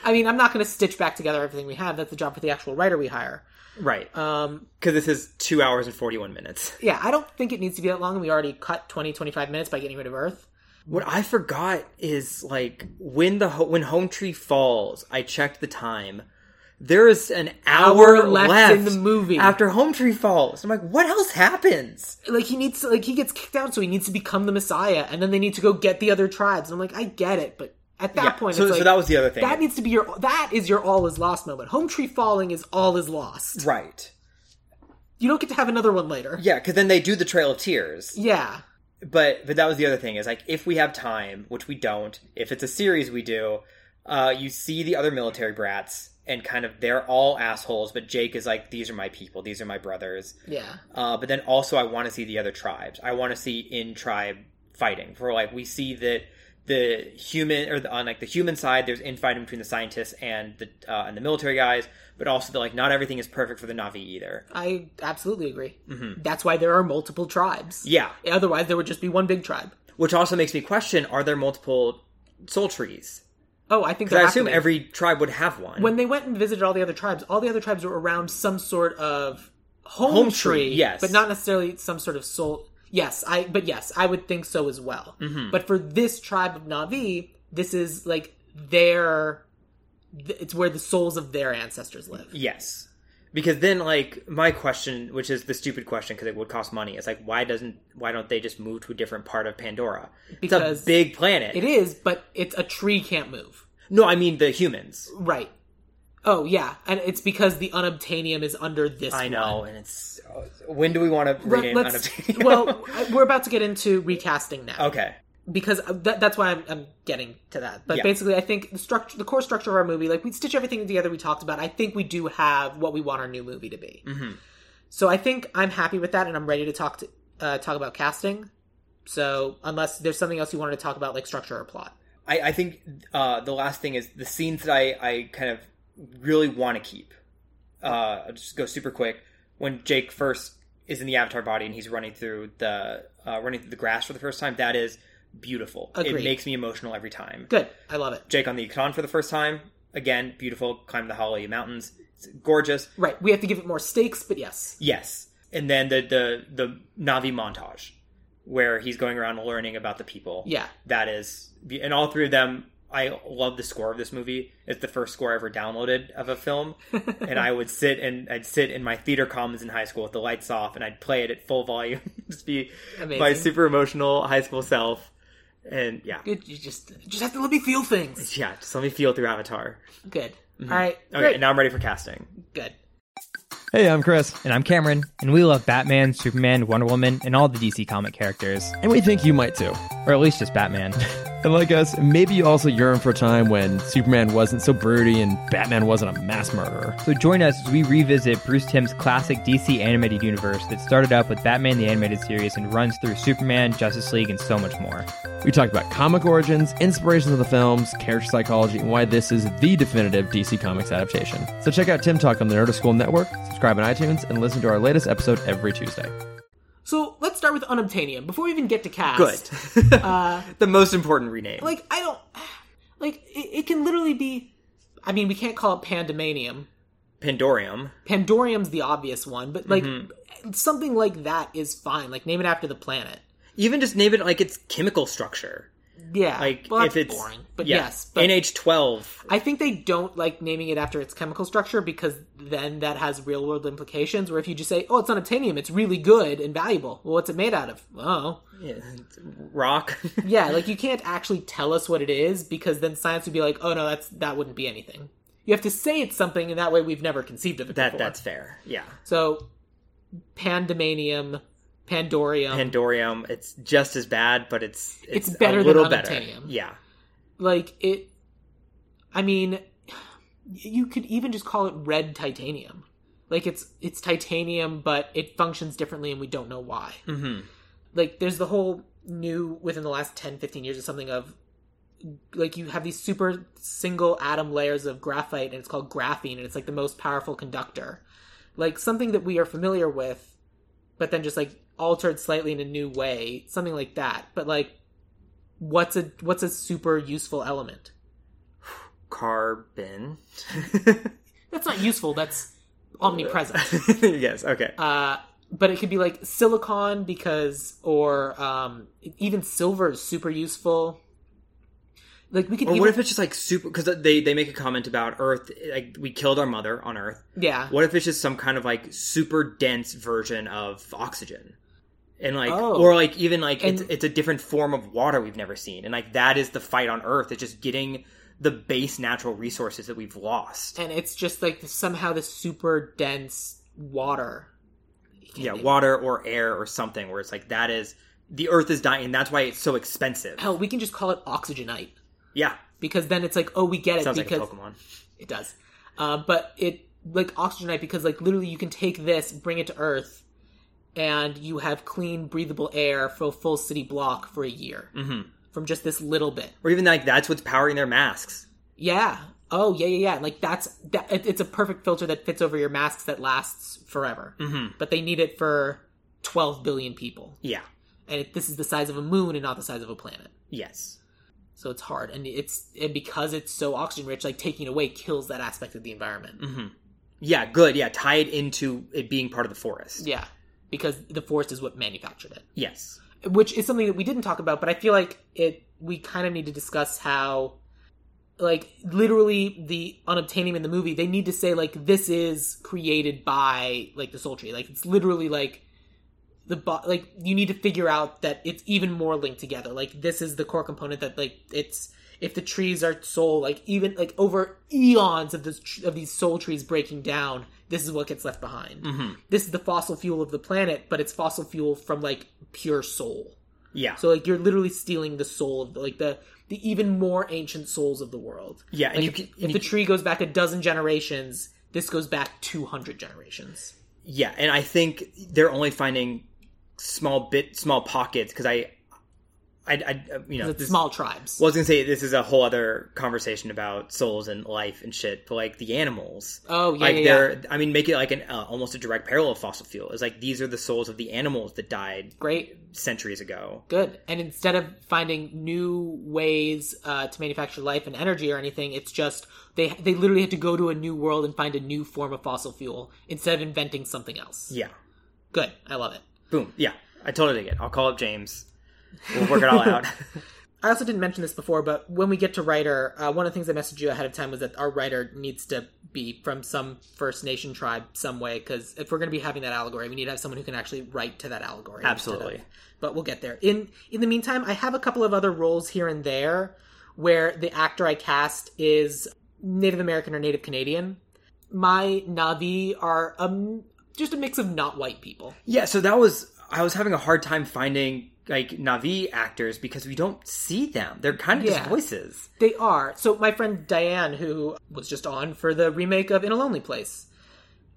I mean, I'm not going to stitch back together everything we have. That's the job for the actual writer we hire. right? Um, Because this is two hours and forty one minutes. yeah, I don't think it needs to be that long. We already cut 20, 25 minutes by getting rid of Earth. What I forgot is like when the ho- when Home Tree falls, I checked the time. There is an hour, Hour left, left in the movie. after Home Tree falls. I'm like, what else happens? Like he needs, to, like he gets kicked out, so he needs to become the Messiah, and then they need to go get the other tribes. And I'm like, I get it, but at that point, so, it's so like, that was the other thing, That needs to be your. That is your all is lost moment. Home tree falling is all is lost. right? You don't get to have another one later. Yeah, because then they do the Trail of Tears. Yeah. But but that was the other thing is like if we have time, which we don't, if it's a series, we do. Uh, you see the other military brats and kind of they're all assholes, but Jake is like, these are my people, these are my brothers. Yeah. Uh, but then also, I want to see the other tribes. I want to see in tribe fighting. For like, we see that the human or the, on like the human side, there's infighting between the scientists and the uh, and the military guys. But also, that like not everything is perfect for the Navi either. I absolutely agree. That's why there are multiple tribes. Mm-hmm. Yeah, Otherwise, there would just be one big tribe. which also makes me question: Are there multiple soul trees? Oh, I think. 'Cause there I have to assume be. every tribe would have one. when they went and visited all the other tribes, all the other tribes were around some sort of home, Home tree, tree, yes. but not necessarily some sort of soul. Yes, I but yes, I would think so as well. Mm-hmm. But for this tribe of Navi, this is like their th- it's where the souls of their ancestors live. yes, because then like my question, which is the stupid question because it would cost money, is like why doesn't why don't they just move to a different part of Pandora? it's Because a big planet. It is, but it's a tree can't move. No, I mean the humans. Right. Oh yeah, and it's because the unobtainium is under this. I know, and it's Uh, when do we want to But rename let's, unobtainium? well, I- we're about to get into recasting now. okay, because that, that's why I'm, I'm getting to that. But Yeah. basically, I think the structure, the core structure of our movie, like we stitch everything together we talked about. I think we do have what we want our new movie to be. Mm-hmm. So I think I'm happy with that, and I'm ready to talk to uh, talk about casting. So unless there's something else you wanted to talk about, like structure or plot, I, I think uh, the last thing is the scenes that I, I kind of really want to keep. Uh, I'll just go super quick. When Jake first is in the Avatar body and he's running through the uh, running through the grass for the first time, that is beautiful. Agreed. It makes me emotional every time. good. I love it. Jake on the Ekton for the first time, again beautiful. Climb the Hawley Mountains, it's gorgeous. Right, we have to give it more stakes, but yes, Yes, and then the the the Navi montage where he's going around learning about the people. yeah, that is, and all three of them. I love the score of this movie. It's the first score I ever downloaded of a film, and I would sit and I'd sit in my theater commons in high school with the lights off, and I'd play it at full volume, just be amazing. my super emotional high school self, and yeah, good. You just just have to let me feel things. yeah. Just let me feel through Avatar. Good. All right. Mm-hmm. Okay, Great. and now I'm ready for casting. good. Hey, I'm Chris, And I'm Cameron, and we love Batman, Superman, Wonder Woman, and all the DC comic characters. and we think you might too. Or at least just Batman. And like us, maybe you also yearn for a time when Superman wasn't so broody and Batman wasn't a mass murderer. So join us as we revisit Bruce Timm's classic DC animated universe that started up with Batman the Animated Series and runs through Superman, Justice League, and so much more. We talked about comic origins, inspirations of the films, character psychology, and why this is the definitive DC Comics adaptation. So check out Tim Talk on the Nerd of School Network, subscribe on iTunes, and listen to our latest episode every Tuesday. So let's start with Unobtainium before we even get to cast. Good. the most important rename. Uh, Like I don't like it, it can literally be. I mean, we can't call it Pandemanium. Pandorium. Pandorium's the obvious one, but like Mm-hmm. something like that is fine. Like name it after the planet. Even just name it like its chemical structure. Yeah, Like well, if that's it's boring, but yeah, yes, but NH12. I think they don't like naming it after its chemical structure because then that has real world implications. Where if you just say, "Oh, it's unobtainium, it's really good and valuable," well, what's it made out of? Oh, Yeah, rock. yeah, like you can't actually tell us what it is because then science would be like, "Oh no, that's that wouldn't be anything." You have to say it's something, and that way we've never conceived of it. that before. that's fair. Yeah. so. Pandemanium, Pandorium, Pandorium. It's just as bad, but it's it's, It's better a than little better. unobtainium. Yeah. like it. I mean, you could even just call it red titanium. Like it's it's titanium, but it functions differently, and we don't know why. hmm like there's the whole new within the last 10 15 years or something of like you have these super single atom layers of graphite and it's called graphene and it's like the most powerful conductor like something that we are familiar with but then just like altered slightly in a new way something like that but like what's a what's a super useful element Carbon. that's not useful that's omnipresent yes. Okay. uh, but it could be like silicon because or um, even silver is super useful like we could Or even, what if it's just like super? Because they they make a comment about Earth. Like we killed our mother on Earth. yeah What if it's just some kind of like super dense version of oxygen? And like, Oh. or like even like it's And- it's a different form of water we've never seen. And like that is the fight on Earth. It's just getting the base natural resources that we've lost. and it's just like somehow this super dense water Yeah, water or air or something. Where it's like that is the Earth is dying. And that's why it's so expensive. hell we can just call it oxygenite Yeah, because then it's like oh we get it sounds like a because Pokemon. it does uh, but it like oxygenite because like literally you can take this bring it to earth and you have clean breathable air for a full city block for a year Mhm. from just this little bit Or even like that's what's powering their masks. Yeah. Oh, yeah, yeah, yeah. Like that's that. It, it's a perfect filter that fits over your masks that lasts forever. hmm But they need it for twelve billion people, Yeah. and it, this is the size of a moon and not the size of a planet. Yes. So it's hard, and it's and because it's so oxygen rich, like taking it away kills that aspect of the environment. hmm Yeah. Good. Yeah. Tie it into it being part of the forest. Yeah, because the forest is what manufactured it. Yes. which is something that we didn't talk about, but I feel like it we kind of need to discuss how like literally the unobtainium in the movie, they need to say like this is created by like the soul tree. Like it's literally like the bo- like you need to figure out that it's even more linked together. Like this is the core component that like it's if the trees are soul, like even like over eons of this tr- of these soul trees breaking down, this is what gets left behind hmm this is the fossil fuel of the planet, but it's fossil fuel from like pure soul. Yeah. So like you're literally stealing the soul of like the the even more ancient souls of the world. Yeah, and Like, you can- if the tree goes back a dozen generations, this goes back two hundred generations. Yeah, and I think they're only finding small bit, small pockets because I, I, I, you know, It's this, small tribes. well, I was gonna say this is a whole other conversation about souls and life and shit, but like the animals, oh yeah, like yeah, yeah. they're, I mean, make it like an uh, almost a direct parallel of fossil fuel. It's like these are the souls of the animals that died great, centuries ago. good. And instead of finding new ways uh, to manufacture life and energy or anything, it's just they they literally had to go to a new world and find a new form of fossil fuel instead of inventing something else. Yeah, Good, I love it. boom. Yeah, I totally dig it. I'll call up James. We'll work it all out. I also didn't mention this before, but when we get to writer, uh, one of the things I messaged you ahead of time was that our writer needs to be from some First Nation tribe some way, because if we're going to be having that allegory, we need to have someone who can actually write to that allegory. instead of- Absolutely. but we'll get there. In in the meantime, I have a couple of other roles here and there where the actor I cast is Native American or Native Canadian. My Navi are um, just a mix of not white people. Yeah, so that was I was having a hard time finding like Navi actors because we don't see them. They're kind of just Yeah. voices. They are. So my friend Diane, who was just on for the remake of In a Lonely Place,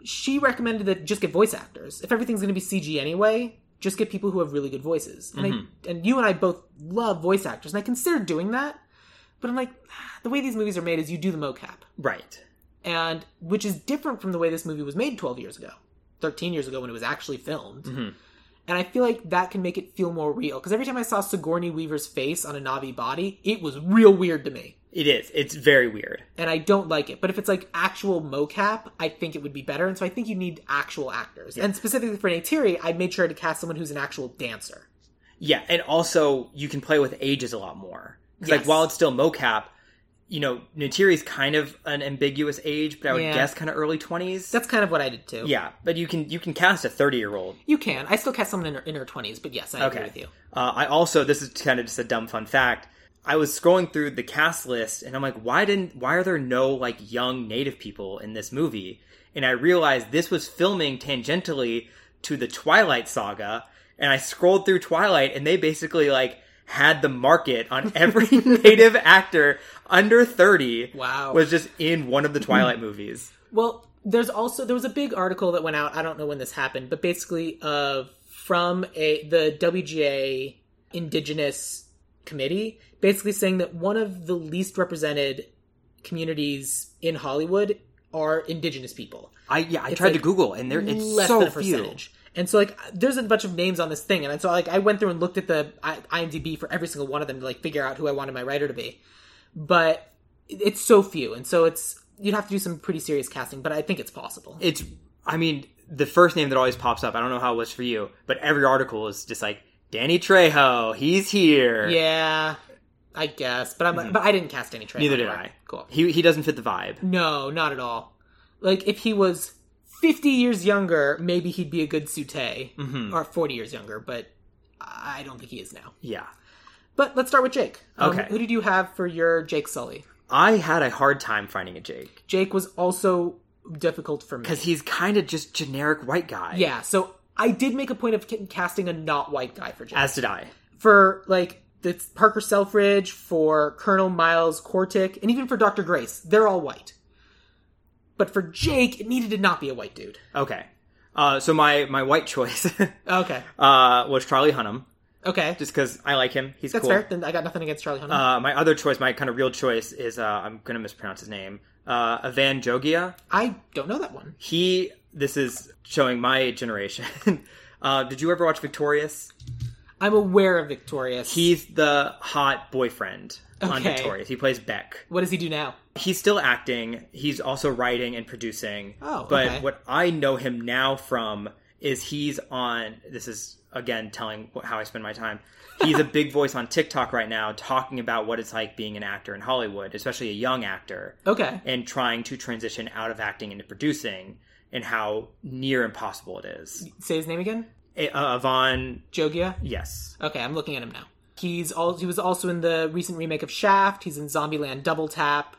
she recommended that just get voice actors. If everything's going to be CG anyway, just get people who have really good voices. And I, and you and I both love voice actors, and I considered doing that, but I'm like, "Ah, the way these movies are made is you do the mocap, Right. and which is different from the way this movie was made 12 years ago, 13 years ago when it was actually filmed. And I feel like that can make it feel more real. Because every time I saw Sigourney Weaver's face on a Navi body, it was real weird to me It is. It's very weird. and I don't like it. But if it's like actual mocap, I think it would be better. And so I think you need actual actors. And specifically for Neytiri, I made sure to cast someone who's an actual dancer. Yeah, and also you can play with ages a lot more. 'Cause, Like Yes. while it's still mocap, you know, Natiri's kind of an ambiguous age, but I would Yeah. guess kind of early twenties. That's kind of what I did too. Yeah, but you can you can cast a thirty year old. you can. I still cast someone in her, in her 20s, but yes, I Okay. agree with you. Uh, I also this is kind of just a dumb fun fact. I was scrolling through the cast list and I'm like, why didn't why are there no like young native people in this movie? And I realized this was filming tangentially to the Twilight saga. And I scrolled through Twilight and they basically like had the market on every native actor under 30 Wow. was just in one of the Twilight movies. Well, there's also there was a big article that went out. I don't know when this happened, but basically, uh, from a the WGA Indigenous Committee, basically saying that one of the least represented communities in Hollywood are Indigenous people. I yeah, I tried to like Google and there it's less so than a few. percentage. And so like there's a bunch of names on this thing, and so like I went through and looked at the I- IMDb for every single one of them to like figure out who I wanted my writer to be, but it- it's so few, and so it's you'd have to do some pretty serious casting, but I think it's possible. it's I mean the first name that always pops up. I don't know how it was for you, but every article is just like Danny Trejo. He's here. yeah, I guess, but I'm but I didn't cast any trailer. Mm-hmm. Neither did anywhere. I. Cool. He he doesn't fit the vibe. No, not at all. Like if he was 50 years younger, maybe he'd be a good Sute, Mm-hmm. or 40 years younger, but I don't think he is now. Yeah. But let's start with Jake. Um, Okay. Who did you have for your Jake Sully? I had a hard time finding a Jake Jake was also difficult for me. because he's kind of just generic white guy. yeah, so I did make a point of ca- casting a not white guy for Jake. As did I. for like the Parker Selfridge, for Colonel Miles Cortick, and even for Dr. Grace, they're all white. But for Jake, it needed to not be a white dude. Okay. Uh, so my my white choice Okay. uh, was Charlie Hunnam, Okay. just because I like him. He's That's cool. fair. Then I got nothing against Charlie Hunnam. Uh, my other choice, my kind of real choice, is uh, I'm gonna mispronounce his name. Uh, Evan Jogia. I don't know that one. he this is showing my generation uh, did you ever watch victorious I'm aware of Victorious. he's the hot boyfriend on Okay. victorious he plays beck what does he do now? he's still acting he's also writing and producing Oh, but okay. what i know him now from is he's on this is again telling wh- how i spend my time he's a big voice on tiktok right now talking about what it's like being an actor in hollywood especially a young actor Okay. and trying to transition out of acting into producing and how near impossible it is. Say his name again. A- Uh, Yvonne, Jogia. yes. Okay, I'm looking at him now. He's all he was also in the recent remake of Shaft. He's in Zombieland Double Tap.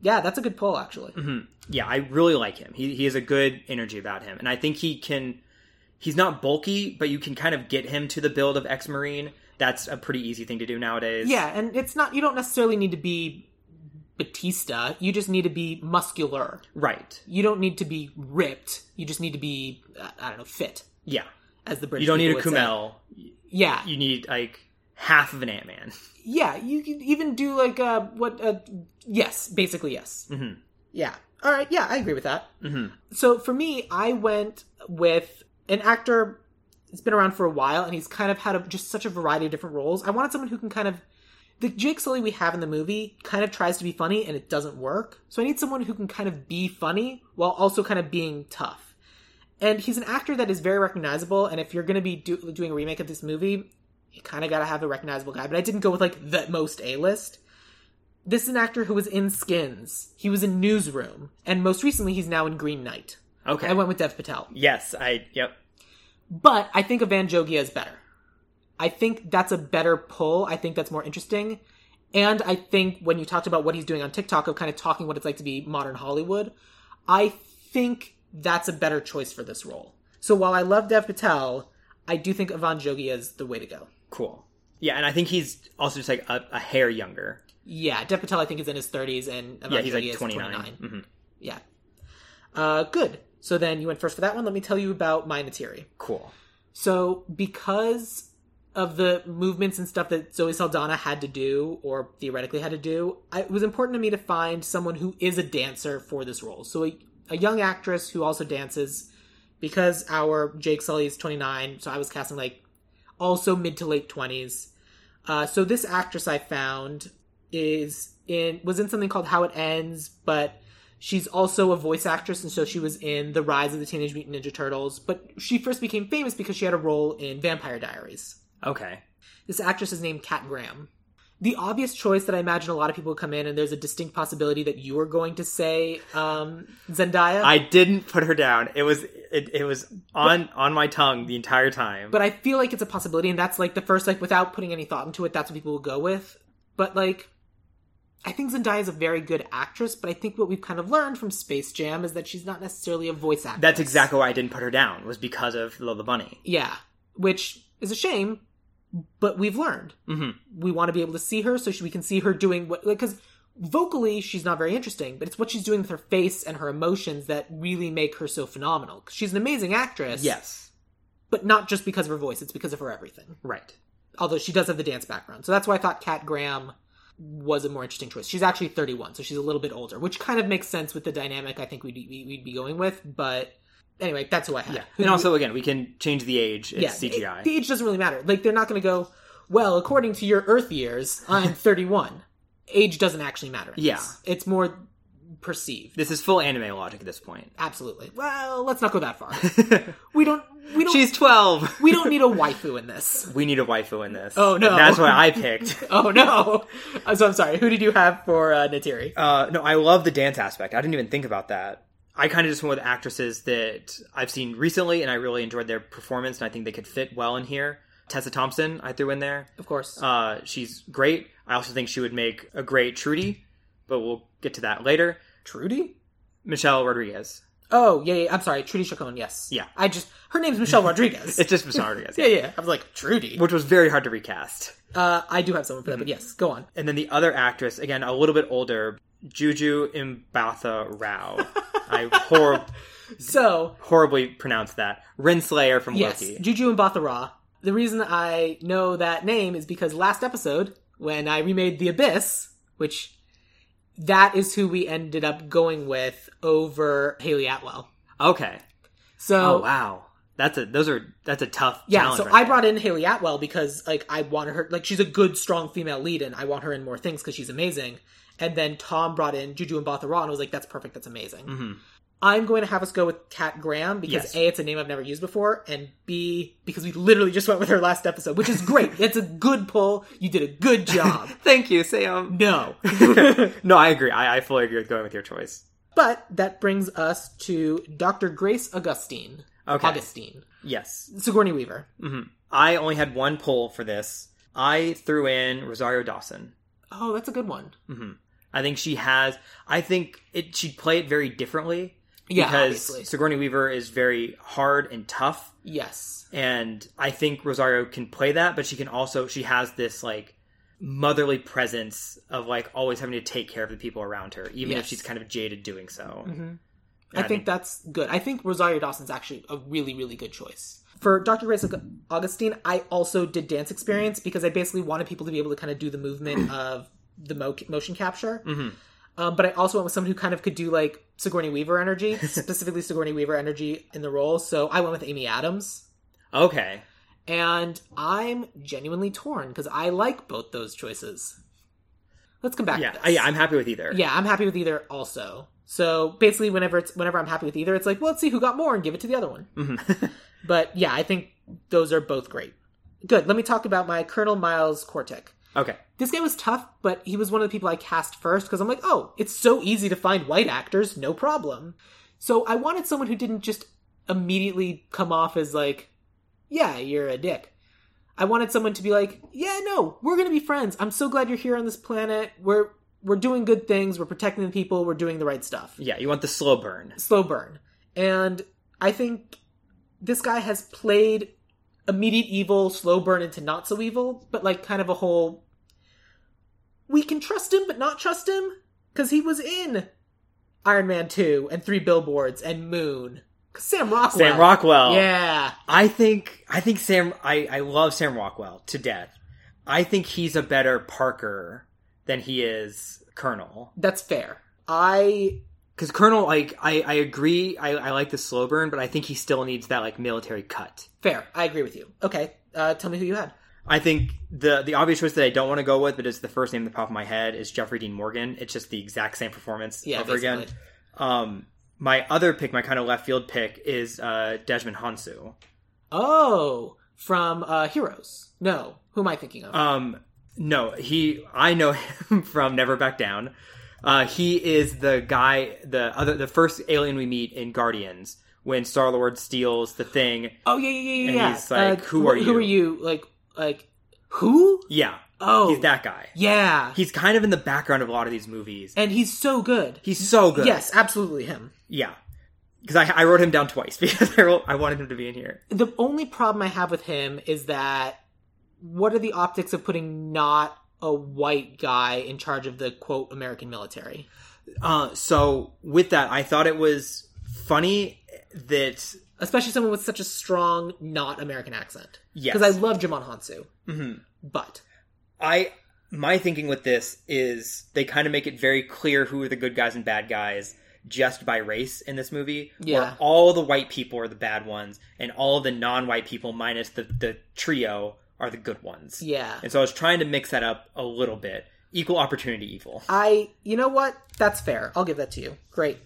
Yeah, that's a good pull actually. Mm-hmm. Yeah, I really like him. He, he has a good energy about him. And I think he can, he's not bulky, but you can kind of get him to the build of Ex Marine. That's a pretty easy thing to do nowadays. Yeah, and it's not you don't necessarily need to be Batista. You just need to be muscular. Right. You don't need to be ripped. You just need to be uh, I don't know fit Yeah. as the British. You don't need a people would say. Kumel. Yeah, You need like half of an Ant Man. yeah. You can even do like uh what uh yes, basically yes. Mhm. Yeah. All right. Yeah, I agree with that. hmm So for me, I went with an actor that's been around for a while, and he's kind of had a, just such a variety of different roles. I wanted someone who can kind of the Jake Sully we have in the movie kind of tries to be funny, and it doesn't work. So I need someone who can kind of be funny while also kind of being tough. And he's an actor that is very recognizable, and if you're going to be do- doing a remake of this movie, you kind of got to have a recognizable guy. But I didn't go with like the most A list. This is an actor who was in Skins. He was in Newsroom, and most recently, he's now in Green Knight. Okay. I went with Dev Patel. yes, I, yep. But I think Evan Jogia is better. I think that's a better pull. I think that's more interesting. And I think when you talked about what he's doing on TikTok of kind of talking what it's like to be modern Hollywood, I think that's a better choice for this role. So while I love Dev Patel, I do think Ivan Jogi is the way to go. Cool. Yeah, and I think he's also just like a, a hair younger. Yeah, Dev Patel I think is in his 30s and Ivan Yeah, he's Jogi like is 29. 29. Mhm. Yeah. Uh, good. So then you went first for that one. Let me tell you about my materia. Cool. So because of the movements and stuff that Zoe Saldana had to do, or theoretically had to do, I, it was important to me to find someone who is a dancer for this role. So a, a young actress who also dances, because our Jake Sully is 29, so I was casting like also mid to late 20s. Uh, so this actress I found is in was in something called How It Ends, but she's also a voice actress, and so she was in The Rise of the Teenage Mutant Ninja Turtles. But she first became famous because she had a role in Vampire Diaries. Okay. This actress is named Kat Graham. The obvious choice that I imagine a lot of people come in, and there's a distinct possibility that you are going to say um, Zendaya. I didn't put her down. It was it, it was on on my tongue the entire time. but I feel like it's a possibility, and that's like the first, like without putting any thought into it, that's what people will go with. But like, I think Zendaya is a very good actress, but I think what we've kind of learned from Space Jam is that she's not necessarily a voice actress. That's exactly why I didn't put her down was because of Lola Bunny. yeah, which is a shame, but we've learned Mhm. we want to be able to see her so she- we can see her doing what because. Vocally, she's not very interesting, but it's what she's doing with her face and her emotions that really make her so phenomenal. 'Cause She's an amazing actress, Yes. but not just because of her voice; it's because of her everything. Right. although she does have the dance background. So that's why I thought Kat Graham was a more interesting choice. She's actually 31, so she's a little bit older, which kind of makes sense with the dynamic I think we'd, we- we'd be going with. But anyway, that's who I had. Yeah. Who And do also again, we can change the age. we- It's yeah, CGI. it- the age doesn't really matter. Like, they're not going to go, well, according to your Earth years, I'm 31. Age doesn't actually matter. in Yeah. this. It's more perceived. this is full anime logic at this point. Absolutely. Well, let's not go that far. we don't. We don't. She's 12. we don't need a waifu in this. We need a waifu in this. Oh, no. And that's what I picked. Oh no! Uh, So I'm sorry. Who did you have for uh, Natiri? Uh, no, I love the dance aspect. I didn't even think about that. I kind of just went with actresses that I've seen recently, and I really enjoyed their performance, and I think they could fit well in here. Tessa Thompson, I threw in there. Of course. Uh, she's great. I also think she would make a great Trudy, but we'll get to that later. Trudy? Michelle Rodriguez. Oh, yeah, yeah. I'm sorry. Trudy Chacon, yes. Yeah. I just, her name's Michelle Rodriguez. It's just Michelle Rodriguez, yeah, yeah. I was like, Trudy. which was very hard to recast. Uh, I do have someone for that, Mm-hmm. but yes, go on. And then the other actress, again, a little bit older, Juju Mbatha Rao. I hor- So, horribly pronounced that. Renslayer from yes, Loki. Juju and Bathara. The reason I know that name is because last episode, when I remade The Abyss, which that is who we ended up going with over Haley Atwell. Okay. So, Oh wow, that's a those are that's a tough. Yeah, challenge so right I there. brought in Haley Atwell because like I wanted her like she's a good strong female lead and I want her in more things because she's amazing. And then Tom brought in Juju and Bothra and was like, "That's perfect. That's amazing." Mhm. I'm going to have us go with Kat Graham because Yes. a it's a name I've never used before, and b because we literally just went with her last episode, which is great. It's a good pull. You did a good job. Thank you, Sam. no, no, I agree. I, I fully agree with going with your choice. but that brings us to Dr. Grace Augustine. Okay. Augustine Yes, Sigourney Weaver. hmm I only had one poll for this. I threw in Rosario Dawson. Oh, that's a good one. hmm I think she has. I think it. She'd play it very differently Yeah, because obviously. Sigourney Weaver is very hard and tough, Yes. and I think Rosario can play that, but she can also she has this like motherly presence of like always having to take care of the people around her, Yes. even if Mm-hmm. she's kind of jaded doing so. I think that's good. I think Rosario Dawson's actually a really, really good choice. For Dr. Grace Augustine, I also did dance experience because I basically wanted people to be able to kind of do the movement of the mo- motion capture. Mm-hmm. Um, but I also went with someone who kind of could do like Sigourney Weaver energy, specifically Sigourney Weaver energy in the role. So I went with Amy Adams. Okay. And I'm genuinely torn because I like both those choices. Let's come back Yeah. to I, this. yeah. I'm happy with either. Yeah, I'm happy with either also. So basically whenever it's whenever I'm happy with either, it's like, well, let's see who got more and give it to the other one. Mhm. But yeah, I think those are both great. Good. Let me talk about my Colonel Miles Cortic. okay. This guy was tough, but he was one of the people I cast first because I'm like, oh, it's so easy to find white actors, no problem. So I wanted someone who didn't just immediately come off as like, yeah, you're a dick. I wanted someone to be like, yeah, no, we're gonna be friends. I'm so glad you're here on this planet. We're we're doing good things. We're protecting the people. We're doing the right stuff Yeah. You want the slow burn. slow burn. And I think this guy has played immediate evil, slow burn into not so evil, but like kind of a whole. We can trust him, but not trust him, because he was in Iron Man two and Three Billboards and Moon. 'Cause Sam Rockwell. Sam Rockwell. Yeah. I think I think Sam I, I love Sam Rockwell to death. I think he's a better Parker than he is Colonel. That's fair. I Because Colonel, like I, I agree, I, I like the slow burn, but I think he still needs that like military cut. fair. I agree with you. Okay, uh, tell me who you had. I think the the obvious choice that I don't want to go with, but it's the first name that popped in my head is Jeffrey Dean Morgan. It's just the exact same performance Yeah, over again. basically. Um, my other pick, my kind of left field pick, is uh, Desmond Hansu. Oh, from uh, Heroes. No, who am I thinking of? Um, no, he. I know him from Never Back Down. Uh, he is the guy, the other, the first alien we meet in Guardians when Star Lord steals the thing. oh yeah, yeah, yeah, and yeah. he's like, who are wh- Who you? are you? Like, like who? Yeah, Oh, he's that guy. Yeah, He's kind of in the background of a lot of these movies. and he's so good. He's so good. Yes, absolutely him. Yeah. Because I, I wrote him down twice because I, wrote, I wanted him to be in here. The only problem I have with him is that what are the optics of putting not a white guy in charge of the quote American military? Uh, so with that, I thought it was funny that especially someone with such a strong not American accent. Yes. Mm-hmm. because I love Jamon Hansu, but I my thinking with this is they kind of make it very clear who are the good guys and bad guys just by race in this movie. Yeah. Where all the white people are the bad ones, and all the non-white people minus the the trio are the good ones. yeah, And so I was trying to mix that up a little bit. Equal opportunity evil. I you know what? That's fair. I'll give that to you. Great.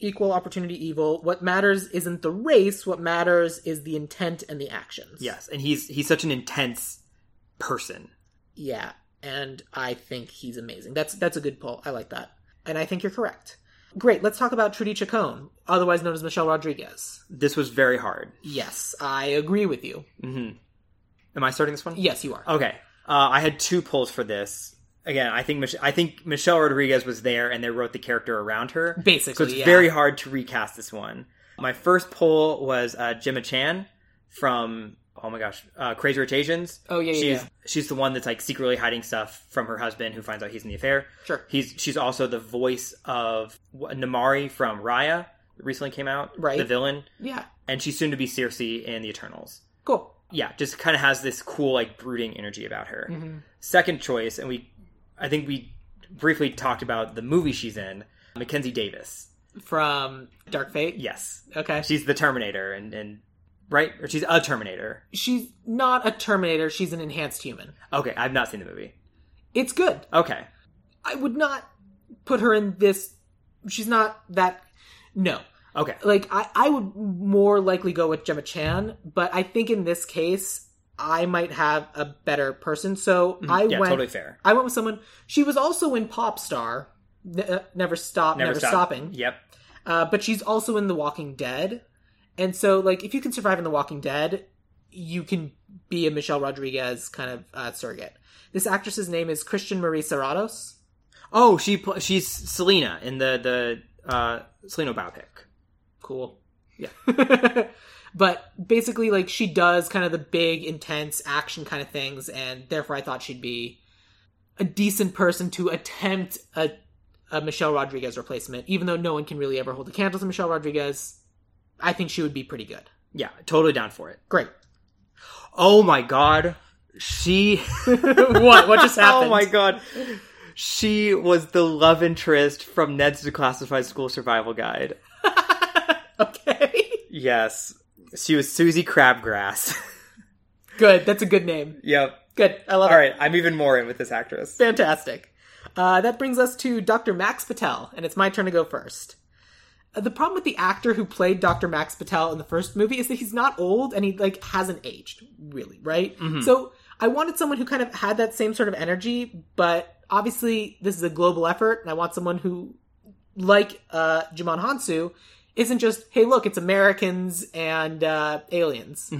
Equal opportunity evil. What matters isn't the race. What matters is the intent and the actions. Yes, and he's he's such an intense person. Yeah. And I think he's amazing. That's that's a good pull. I like that. And I think you're correct. Great. Let's talk about Trudy Chacon, otherwise known as Michelle Rodriguez. This was very hard. Yes, I agree with you. Mm-hmm. Am I starting this one? Yes, you are. Okay. Uh, I had two polls for this. Again, I think Mich- I think Michelle Rodriguez was there, and they wrote the character around her. Basically, so it's yeah. very hard to recast this one. My first poll was uh, Gemma Chan from oh my gosh, uh, Crazy Rich Asians. Oh, yeah, yeah, she's yeah. she's the one that's like secretly hiding stuff from her husband, who finds out he's in the affair. Sure. He's she's also the voice of w- Namari from Raya, that recently came out. Right. the villain, Yeah. and she's soon to be Circe in the Eternals Cool. yeah, just kind of has this cool like brooding energy about her. Mm-hmm. Second choice, and we, I think we briefly talked about the movie she's in, Mackenzie Davis. From Dark Fate. Yes, Okay. she's the Terminator, and and right, or she's a Terminator. she's not a Terminator. She's an enhanced human. Okay, I've not seen the movie. It's good. Okay, I would not put her in this. She's not that. No. okay, Like, I, I would more likely go with Gemma Chan, but I think in this case, I might have a better person. So I Mm-hmm. yeah, went. totally fair. I went with someone. She was also in Pop Star, Ne- uh, Never Stop, Never, stop. Stopping. Yep. uh, but she's also in The Walking Dead, and so like if you can survive in The Walking Dead, you can be a Michelle Rodriguez kind of uh, surrogate. This actress's name is Christian Marie Serratos. Oh, she pl- she's Selena in the the uh, Selena biopic. Cool, yeah. but basically, like she does kind of the big, intense action kind of things, and therefore I thought she'd be a decent person to attempt a, a Michelle Rodriguez replacement, even though no one can really ever hold a candle to Michelle Rodriguez. I think she would be pretty good. Yeah, totally down for it. Great. Oh my god, she. what? What just happened? Oh my god. She was the love interest from Ned's Declassified School Survival Guide. Okay. Yes. She was Susie Crabgrass. Good. That's a good name. yep. Good. I love All it. right, I'm even more in with this actress. Fantastic. Uh, that brings us to Dr. Max Patel, and it's my turn to go first. Uh, the problem with the actor who played Dr. Max Patel in the first movie is that he's not old and he like hasn't aged really, right? So I wanted someone who kind of had that same sort of energy, but obviously this is a global effort, and I want someone who, like uh, Jimon Hansu, isn't just hey look it's Americans and uh, aliens.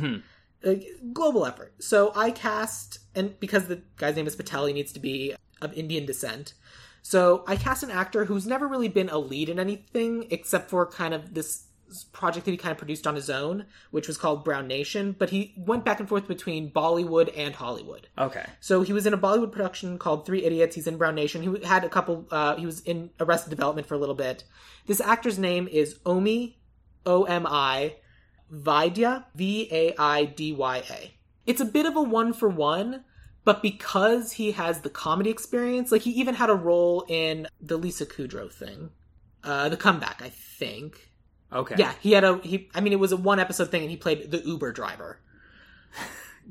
a global effort. So I cast, and because the guy's name is Patel, he needs to be of Indian descent. So I cast an actor who's never really been a lead in anything except for kind of this project that he kind of produced on his own, which was called Brown Nation. But he went back and forth between Bollywood and Hollywood. Okay. So he was in a Bollywood production called Three Idiots. He's in Brown Nation. He had a couple. Uh, he was in Arrested Development for a little bit. This actor's name is Omi, O M I, Vaidya, V A I D Y A. It's a bit of a one for one, but because he has the comedy experience, like he even had a role in the Lisa Kudrow thing, uh, The Comeback, I think. Okay. Yeah, he had a. He, I mean, it was a one episode thing, and he played the Uber driver.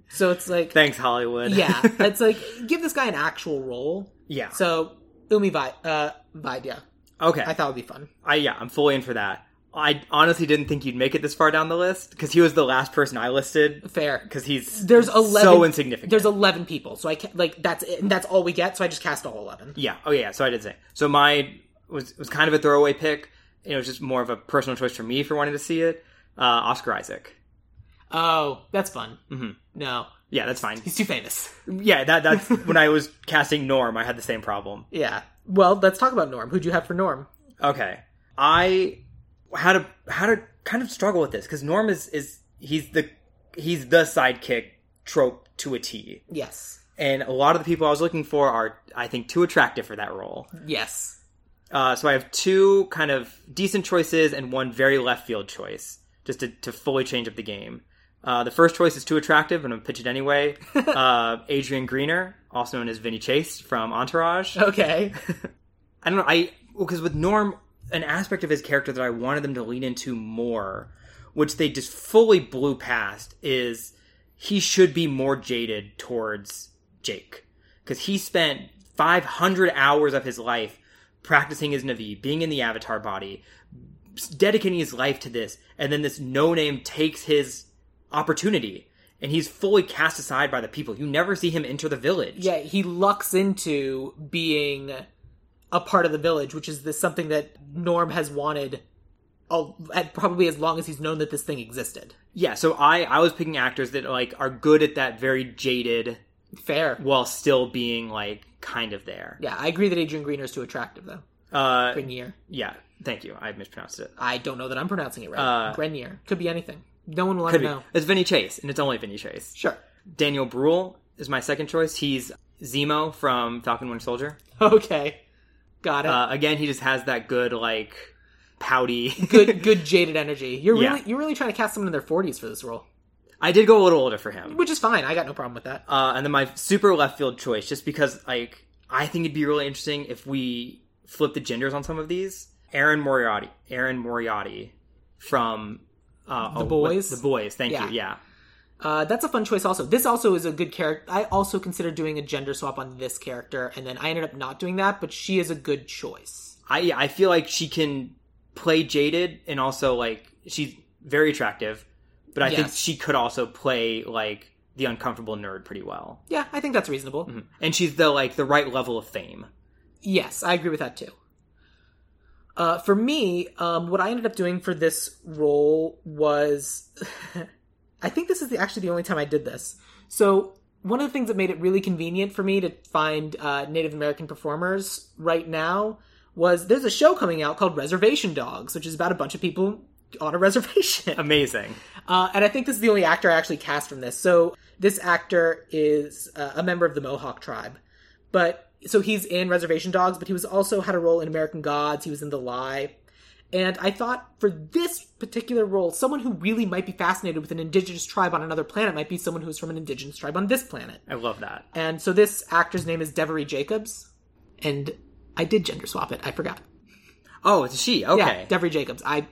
So it's like Thanks, Hollywood. yeah, it's like give this guy an actual role. yeah. So Umi Vi, uh, Vaidya, okay. I thought would be fun. I yeah, I'm fully in for that. I honestly didn't think you'd make it this far down the list because he was the last person I listed Fair. because he's There's eleven. so insignificant. There's eleven people, so I can't like that's it, and that's all we get. So I just cast all eleven. yeah. Oh yeah. So I did say so. My was was kind of a throwaway pick. You know, it was just more of a personal choice for me for wanting to see it. Uh, Oscar Isaac. Oh, that's fun. Mm-hmm. No, Yeah, that's fine. he's too famous. Yeah, that that's when I was casting Norm. I had the same problem. Yeah. Well, let's talk about Norm. Who'd you have for Norm? Okay, I had a had a kind of struggle with this because Norm is is he's the he's the sidekick trope to a T. Yes. and a lot of the people I was looking for are, I think, too attractive for that role. Yes. Uh, so I have two kind of decent choices and one very left field choice, just to, to fully change up the game. Uh, the first choice is too attractive, and I'm gonna pitch it anyway. uh, Adrian Greener, also known as Vinny Chase from Entourage. Okay. I don't know. I because with Norm, an aspect of his character that I wanted them to lean into more, which they just fully blew past, is he should be more jaded towards Jake because he spent 500 hours of his life practicing his Navi, being in the Avatar body, s- dedicating his life to this, and then this no name takes his opportunity. And he's fully cast aside by the people. You never see him enter the village. yeah, he lucks into being a part of the village, which is this something that Norm has wanted. All, at probably as long as he's known that this thing existed. Yeah, so I I was picking actors that like are good at that very jaded Fair. while still being like kind of there. Yeah, I agree that Adrian Greener is too attractive, though. Uh Grenier. yeah, thank you. I mispronounced it. I don't know that I'm pronouncing it right. Uh, Grenier. Could be anything. No one will ever Could be. know. It's Vinny Chase, and it's only Vinny Chase. Sure. Daniel Bruhl is my second choice. He's Zemo from Falcon Winter Soldier. Okay. Got it. Uh, again, he just has that good like pouty. good good jaded energy. You're Yeah. really you're really trying to cast someone in their 40s for this role, I did go a little older for him. which is fine. I got no problem with that. Uh, and then my super left field choice, just because like I think it'd be really interesting if we flip the genders on some of these. Aaron Moriarty, Aaron Moriarty from uh, the Boys? the boys. Thank Yeah. you. Yeah, Uh, that's a fun choice. Also, this also is a good character. I also considered doing a gender swap on this character, and then I ended up not doing that. But she is a good choice. I yeah, I feel like she can play jaded and also like she's very attractive, but I think Yes. she could also play like the uncomfortable nerd pretty well. Yeah, I think that's reasonable. And she's the like the right level of fame. Yes, I agree with that too. Uh, for me, um, what I ended up doing for this role was, I think this is the, actually the only time I did this. So one of the things that made it really convenient for me to find uh, Native American performers right now was there's a show coming out called Reservation Dogs, which is about a bunch of people on a reservation. Amazing. Uh, and I think this is the only actor I actually cast from this. So this actor is uh, a member of the Mohawk tribe, but so he's in Reservation Dogs, but he was also had a role in American Gods. He was in The Lie, and I thought for this particular role, someone who really might be fascinated with an indigenous tribe on another planet might be someone who's from an indigenous tribe on this planet. I love that. And so this actor's name is Devery Jacobs, and I did gender swap it. I forgot. Oh, it's a she. Okay. Yeah, Devery Jacobs. I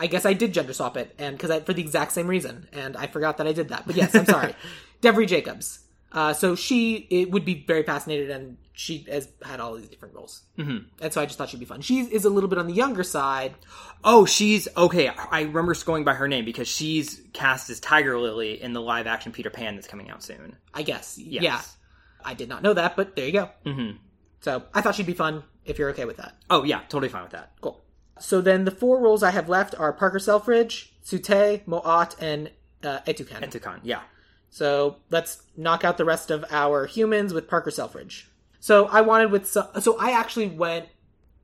I guess I did gender swap it, and because I for the exact same reason, and I forgot that I did that. But yes, I'm sorry, Devery Jacobs. Uh, so she it would be very fascinated, and she has had all these different roles, mm-hmm. and so I just thought she'd be fun. She is a little bit on the younger side. Oh, she's okay. I remember going by her name because she's cast as Tiger Lily in the live action Peter Pan that's coming out soon. I guess. Yes. Yeah, I did not know that, but there you go. Mhm. So I thought she'd be fun if you're okay with that. Oh, yeah, totally fine with that. Cool. So then the four roles I have left are Parker Selfridge, Sute, Moat, and uh, Etukan. Enticon, yeah. So let's knock out the rest of our humans with Parker Selfridge. So I wanted with so, so I actually went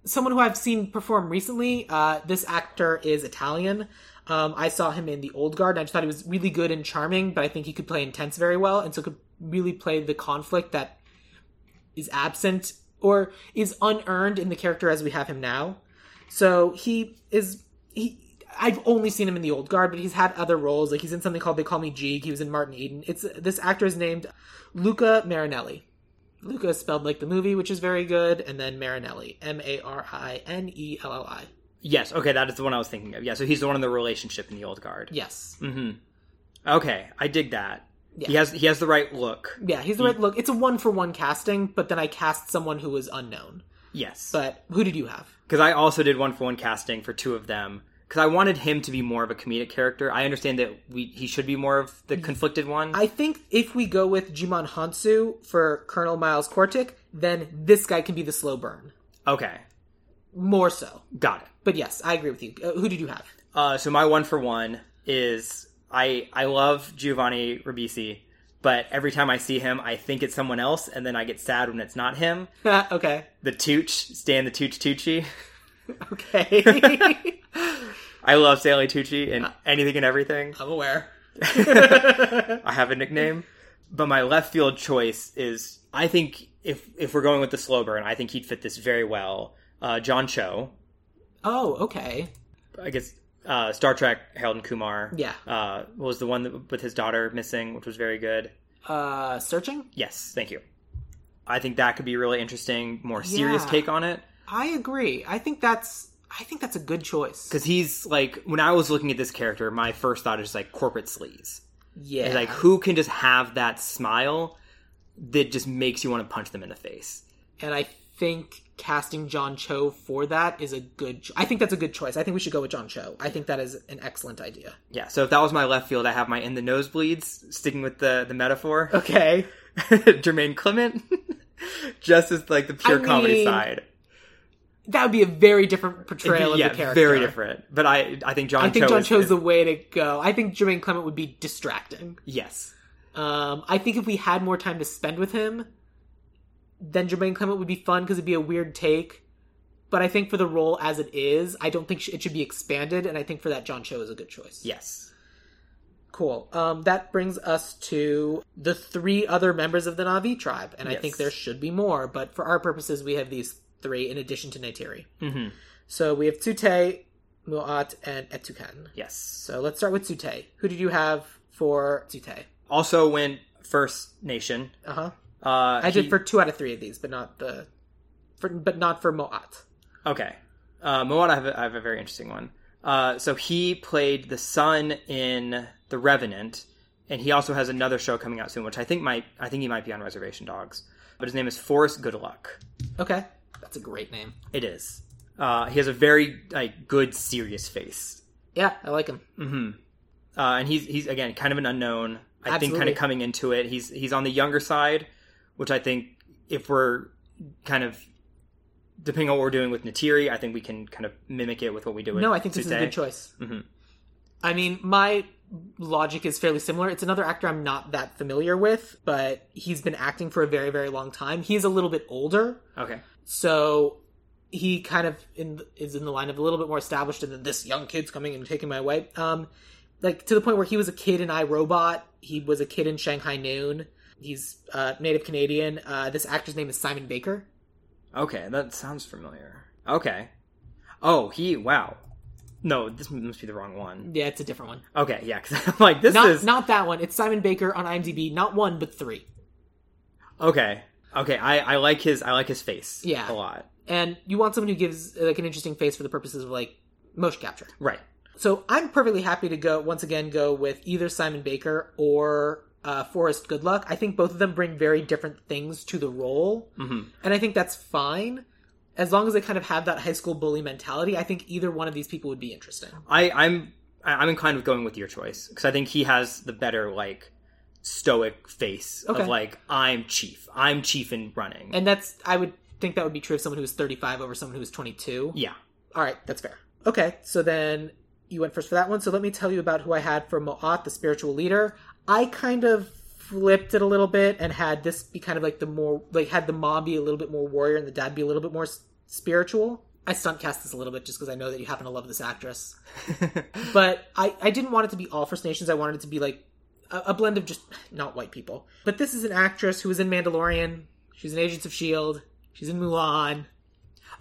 someone who I've seen perform recently. Uh, this actor is Italian. Um, I saw him in The Old Guard, and I just thought he was really good and charming, but I think he could play intense very well, and so could really play the conflict that is absent or is unearned in the character as we have him now. So he is he. I've only seen him in The Old Guard, but he's had other roles. Like he's in something called They Call Me Jeeg. He was in Martin Eden. It's this actor is named Luca Marinelli. Luca is spelled like the movie, which is very good, and then Marinelli, M A R I N E L L I. Yes. Okay, that is the one I was thinking of. Yeah. So he's the one in the relationship in the old guard. Yes. Mm-hmm. Okay, I dig that. He Yeah. has he has the right look. Yeah, he's the right look. It's a one for one casting, but then I cast someone who was unknown. Yes. But who did you have? because I also did one for one casting for two of them because I wanted him to be more of a comedic character. I understand that we he should be more of the conflicted one. I think if we go with Jimon Hansu for Colonel Miles Kortic, then this guy can be the slow burn. okay, More so. got it. But yes, I agree with you. Uh, who did you have? Uh, so my one for one is I I love Giovanni Ribisi, but every time I see him, I think it's someone else, and then I get sad when it's not him. okay. The Tooch, Stan the Tooch Tucci. Okay. I love Stanley Tucci and anything and everything. I'm aware. I have a nickname. But my left field choice is I think if if we're going with the slow burn, I think he'd fit this very well. Uh, John Cho, Oh, okay. I guess uh, Star Trek Harold and Kumar. Yeah. Uh, what was the one that, with his daughter missing, which was very good. Uh, searching? Yes, thank you. I think that could be really interesting, more serious Yeah. take on it. I agree. I think that's I think that's a good choice. Because he's like, when I was looking at this character, my first thought is like corporate sleaze. Yeah. It's like who can just have that smile that just makes you want to punch them in the face. and I think casting John Cho for that is a good. Cho- I think that's a good choice. I think we should go with John Cho. I think that is an excellent idea. Yeah, so if that was my left field, I have my in the nosebleeds, sticking with the the metaphor. Okay. Jermaine Clement, just as like the pure I comedy mean, side. That would be a very different It'd be- portrayal yeah, of the character. very different. But I I think John. I think Cho John is, Cho's is- the way to go. I think Jermaine Clement would be distracting. yes. Um, I think if we had more time to spend with him, then Jermaine Clement would be fun because it'd be a weird take. But I think for the role as it is, I don't think sh- it should be expanded, and I think for that, John Cho is a good choice. Yes. Cool. Um, that brings us to the three other members of the Navi tribe, and I Yes. think there should be more, but for our purposes, we have these three in addition to Neytiri. hmm So we have Tsute, Muat, and Etukan. Yes. So let's start with Tsute. Who did you have for Tsute? Also went First Nation. Uh huh. Uh, I did he- for two out of three of these, but not the, for, but not for Moat. Okay. Uh, Moana, I have, a, I have a very interesting one. Uh, so he played the son in The Revenant, and he also has another show coming out soon, which I think might I think he might be on Reservation Dogs. But his name is Forrest Goodluck. Okay, that's a great name. It is. Uh, he has a very like good serious face, Yeah, I like him. hmm uh, and he's he's again kind of an unknown. I think kind Absolutely. of coming into it, he's he's on the younger side, which I think if we're kind of depending on what we're doing with Natiri, I think we can kind of mimic it with what we do. With No, I think this is a Tsute. good choice. Mhm. I mean, my logic is fairly similar. It's another actor I'm not that familiar with, but he's been acting for a very, very long time. He's a little bit older, Okay. so he kind of in, is in the line of a little bit more established, and then this young kid's coming and taking my away. Um, like to the point where he was a kid in iRobot. He was a kid in Shanghai Noon. He's uh, native Canadian. Uh, this actor's name is Simon Baker. Okay, that sounds familiar. Okay. Oh, he. Wow. No, this must be the wrong one. Yeah, it's a different one. Okay, yeah, because I'm like, this not is not that one. It's Simon Baker on IMDb. Not one, but three. okay. Okay, I, I like his I like his face. Yeah. a lot. and you want someone who gives uh, like an interesting face for the purposes of like motion capture. Right. So I'm perfectly happy to go once again go with either Simon Baker or uh, Forrest Goodluck. I think both of them bring very different things to the role, Mhm. and I think that's fine as long as they kind of have that high school bully mentality. I think either one of these people would be interesting. I I'm I- I'm inclined with going with your choice because I think he has the better like stoic face Okay. of like I'm chief. I'm chief in running. And that's I would think that would be true of someone who was 35 over someone who was 22. yeah. All right, that's fair. Okay, so then you went first for that one. So let me tell you about who I had for Moat, the spiritual leader. I kind of flipped it a little bit and had this be kind of like the more like had the mom be a little bit more warrior and the dad be a little bit more s- spiritual. I stunt cast this a little bit just because I know that you happen to love this actress. but I, I didn't want it to be all First Nations. I wanted it to be like a, a blend of just not white people. But this is an actress who was in Mandalorian. She's in Agents of Shield. E She's in Mulan.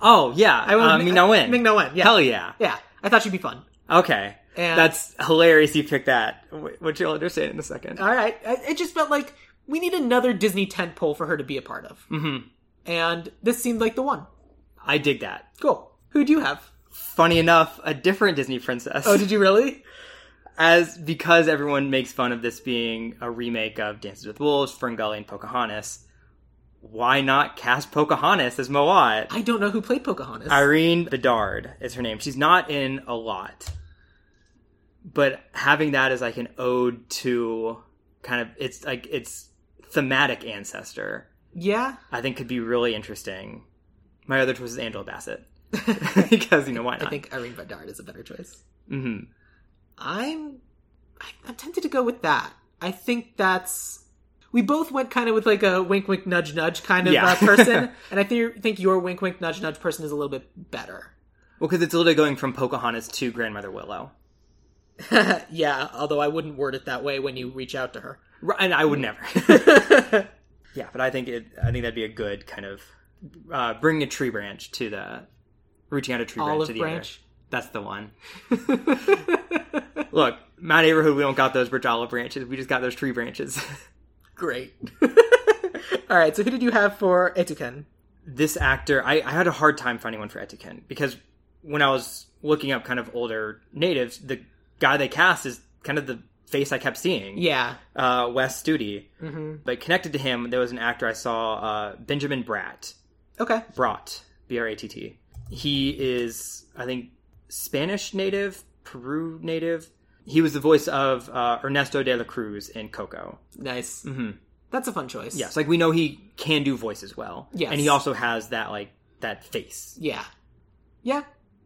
oh yeah, I want uh, Ming-Na Wen. Ming Na Wen. Yeah. Hell yeah. Yeah. I thought she'd be fun. Okay, And- that's hilarious. You picked that, wh- which you'll understand in a second. All right. I- It just felt like we need another Disney tentpole for her to be a part of. Mm-hmm. And this seemed like the one. I dig that. Cool. Who do you have? Funny enough, a different Disney princess. Oh, did you really? as because everyone makes fun of this being a remake of Dances with Wolves, Ferngully, and Pocahontas, why not cast Pocahontas as Moat? I don't know who played Pocahontas. Irene Bedard is her name. She's not in a lot, but having that as like an ode to kind of it's like it's thematic ancestor, yeah. I think could be really interesting. My other choice is Angela Bassett because you know why not? I think Irene Bedard is a better choice. Mhm. I'm I- I'm tempted to go with that. I think that's we both went kind of with like a wink wink nudge nudge kind of Yeah. uh, person, and I think think your wink wink nudge nudge person is a little bit better. Well, because it's literally going from Pocahontas to Grandmother Willow. yeah, although I wouldn't word it that way when you reach out to her. Right, and I would never. Hmm. yeah, but I think it. I think that'd be a good kind of uh, bring a tree branch to the reaching out a tree branch Olive to the branch. other. That's the one. Look, my neighborhood. We don't got those rich olive branches. We just got those tree branches. Great. All right, so who did you have for Etuken? this actor, I, I had a hard time finding one for Etiken because when I was looking up kind of older natives, the guy they cast is kind of the face I kept seeing. Yeah. uh, Wes Studi. But connected to him, there was an actor I saw, uh, Benjamin Bratt. Okay. Brat, B R A T T. He is, I think, Spanish native, Peru native. He was the voice of uh, Ernesto de la Cruz in Coco. Nice. Mm-hmm. That's a fun choice. Yes, like we know he can do voices well. Yes. and he also has that like that face. Yeah. Yeah.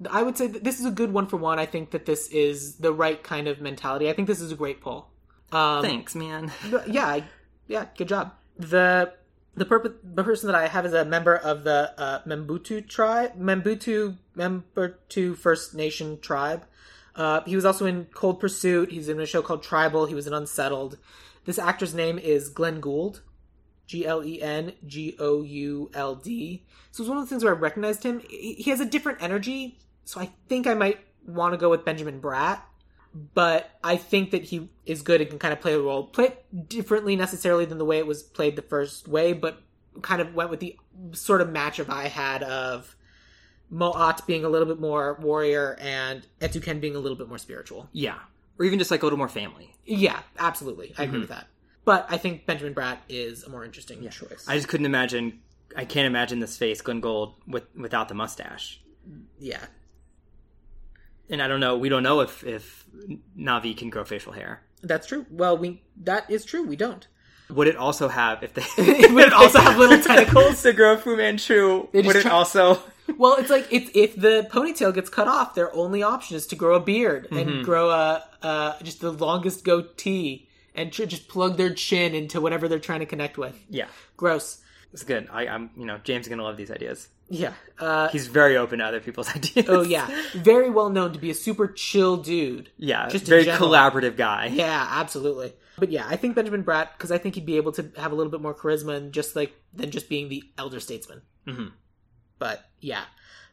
I would say that this is a good one for one. I think that this is the right kind of mentality. I think this is a great poll. Um, Thanks, man. but yeah, I, yeah, good job. The the, perp- the person that I have is a member of the uh, Membutu tribe, Membutu Membutu First Nation tribe. Uh, he was also in Cold Pursuit. He's in a show called Tribal. He was in Unsettled. This actor's name is Glenn Gould, G L E N G O U L D. So it was one of the things where I recognized him. He he has a different energy, so I think I might want to go with Benjamin Bratt but I think that he is good and can kind of play the role, play it differently necessarily than the way it was played the first way, but kind of went with the sort of matchup I had of Moat being a little bit more warrior and Etuken being a little bit more spiritual. Yeah, or even just like a little more family. Yeah, absolutely, I agree with that. But I think Benjamin Bratt is a more interesting choice. I just couldn't imagine. I can't imagine this face, Glenn Gold, with without the mustache. yeah, And I don't know. We don't know if if Navi can grow facial hair. that's true. Well, we that is true. We don't. Would it also have if they Would it also have little tentacles? to grow Fu Manchu? They just Would it try- also? Well, it's like it's if the ponytail gets cut off, their only option is to grow a beard Mm-hmm. and grow a uh, just the longest goatee and tr- just plug their chin into whatever they're trying to connect with. Yeah, Gross. it's good. I, I'm you know James is gonna love these ideas. Yeah. Uh, He's very open to other people's ideas. oh yeah. Very well known to be a super chill dude. yeah. Just in very general. collaborative guy. Yeah, absolutely. But yeah, I think Benjamin Bratt because I think he'd be able to have a little bit more charisma and just like than just being the elder statesman. Mhm. But yeah,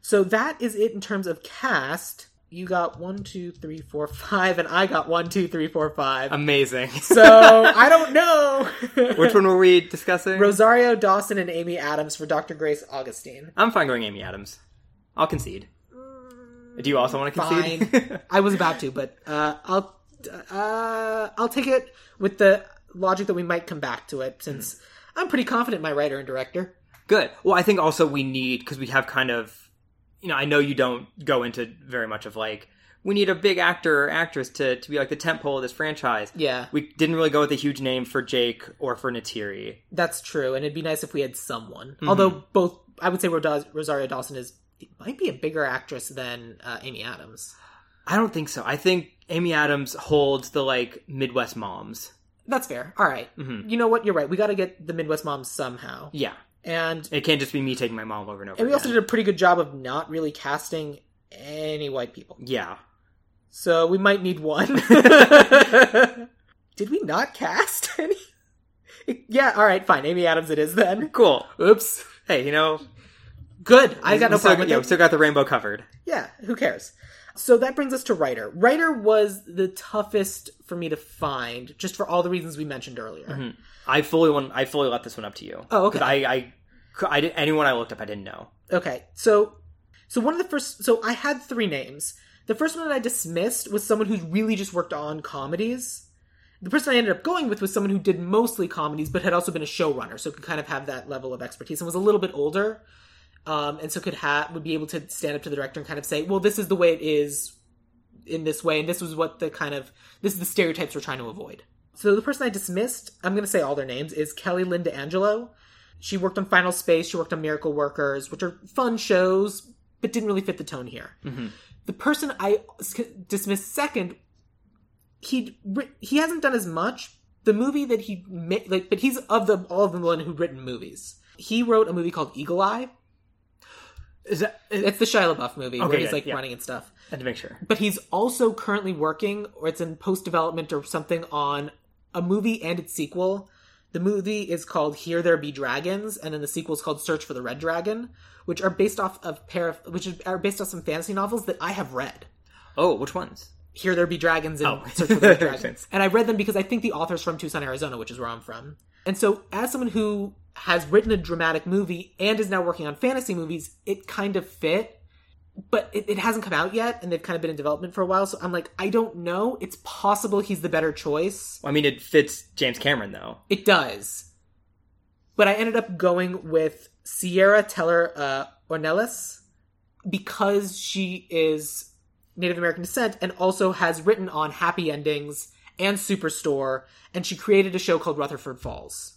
so that is it in terms of cast. You got one, two, three, four, five, and I got one, two, three, four, five. Um, Amazing. so I don't know. Which one were we discussing? Rosario Dawson and Amy Adams for Dr. Grace Augustine. I'm fine going Amy Adams. I'll concede. Do you also want to concede? I was about to, but uh, I'll uh, I'll take it with the logic that we might come back to it, since I'm pretty confident in my writer and director. Good. Well, I think also we need because we have kind of, you know, I know you don't go into very much of like we need a big actor or actress to to be like the tentpole of this franchise. Yeah. we didn't really go with a huge name for Jake or for Natiri. That's true, and it'd be nice if we had someone. Although both, I would say Roda- Rosario Dawson is might be a bigger actress than uh, Amy Adams. I don't think so. I think Amy Adams holds the like Midwest moms. Mm-hmm. That's fair. All right. You know what? You're right. We got to get the Midwest moms somehow. Yeah, And It can't just be me taking my mom over and over. and we also again. did a pretty good job of not really casting any white people. yeah. So we might need one. Did we not cast any? Yeah, all right, fine. Amy Adams it is then. Cool. Oops. Hey, you know, Good. I got no we still, problem with yeah, it. we still got the rainbow covered. Yeah, who cares? So that brings us to writer. Writer was the toughest for me to find, just for all the reasons we mentioned earlier. I fully won, I fully let this one up to you. Oh, okay. 'Cause I, I, I didn't, anyone I looked up, I didn't know. Okay, so so one of the first, so I had three names. The first one that I dismissed was someone who really just worked on comedies. The person I ended up going with was someone who did mostly comedies, but had also been a showrunner, so could kind of have that level of expertise and was a little bit older, um, and so could have would be able to stand up to the director and kind of say, "Well, this is the way it is in this way, and this was what the kind of this is the stereotypes we're trying to avoid." So the person I dismissed, I'm going to say all their names, is Kelly Linda Angelo. She worked on Final Space, she worked on Miracle Workers, which are fun shows, but didn't really fit the tone here. Mm-hmm. The person I s- dismissed second, he he hasn't done as much. The movie that he ma- like, but he's of the all of the one who written movies. He wrote a movie called Eagle Eye. Is that, It's the Shia LaBeouf movie where Okay, he's yeah, like yeah. running and stuff. had to make sure. But he's also currently working, or it's in post development or something, on a movie and its sequel. The movie is called Here There Be Dragons, and then the sequel is called Search for the Red Dragon, which are based off of pair of, which are based off some fantasy novels that I have read. Oh, which ones? Here There Be Dragons and Oh. Search for the Red Makes Dragon. sense. and I read them because I think the author's from Tucson, Arizona, which is where I'm from. And so, as someone who has written a dramatic movie and is now working on fantasy movies, it kind of fit, but it, it hasn't come out yet, and they've kind of been in development for a while. So I'm like, I don't know. It's possible he's the better choice. Well, I mean, it fits James Cameron though. It does. But I ended up going with Sierra Teller uh, Ornelas because she is Native American descent and also has written on Happy Endings and Superstore, and she created a show called Rutherford Falls.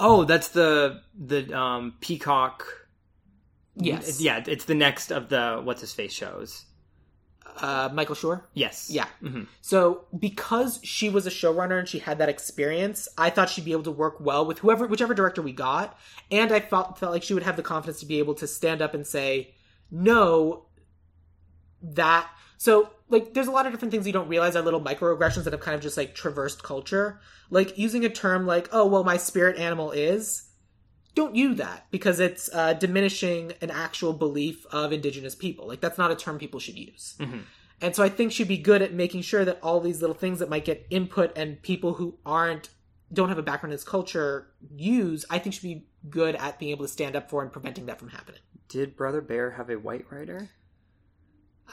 Oh, that's the the um Peacock. Yes. Yeah, it's the next of the what's his face shows. Uh, Michael Shore? Yes. Yeah. Mhm. So because she was a showrunner and she had that experience, I thought she'd be able to work well with whoever, whichever director we got, and I felt felt like she would have the confidence to be able to stand up and say, "No, that." So like, there's a lot of different things you don't realize are little microaggressions that have kind of just like traversed culture. Like using a term like, "Oh, well, my spirit animal is." Don't use that because it's uh, diminishing an actual belief of indigenous people. Like that's not a term people should use. And so I think she'd be good at making sure that all these little things that might get input and people who aren't don't have a background in this culture use, I think she'd be good at being able to stand up for and preventing that from happening. Did Brother Bear have a white writer?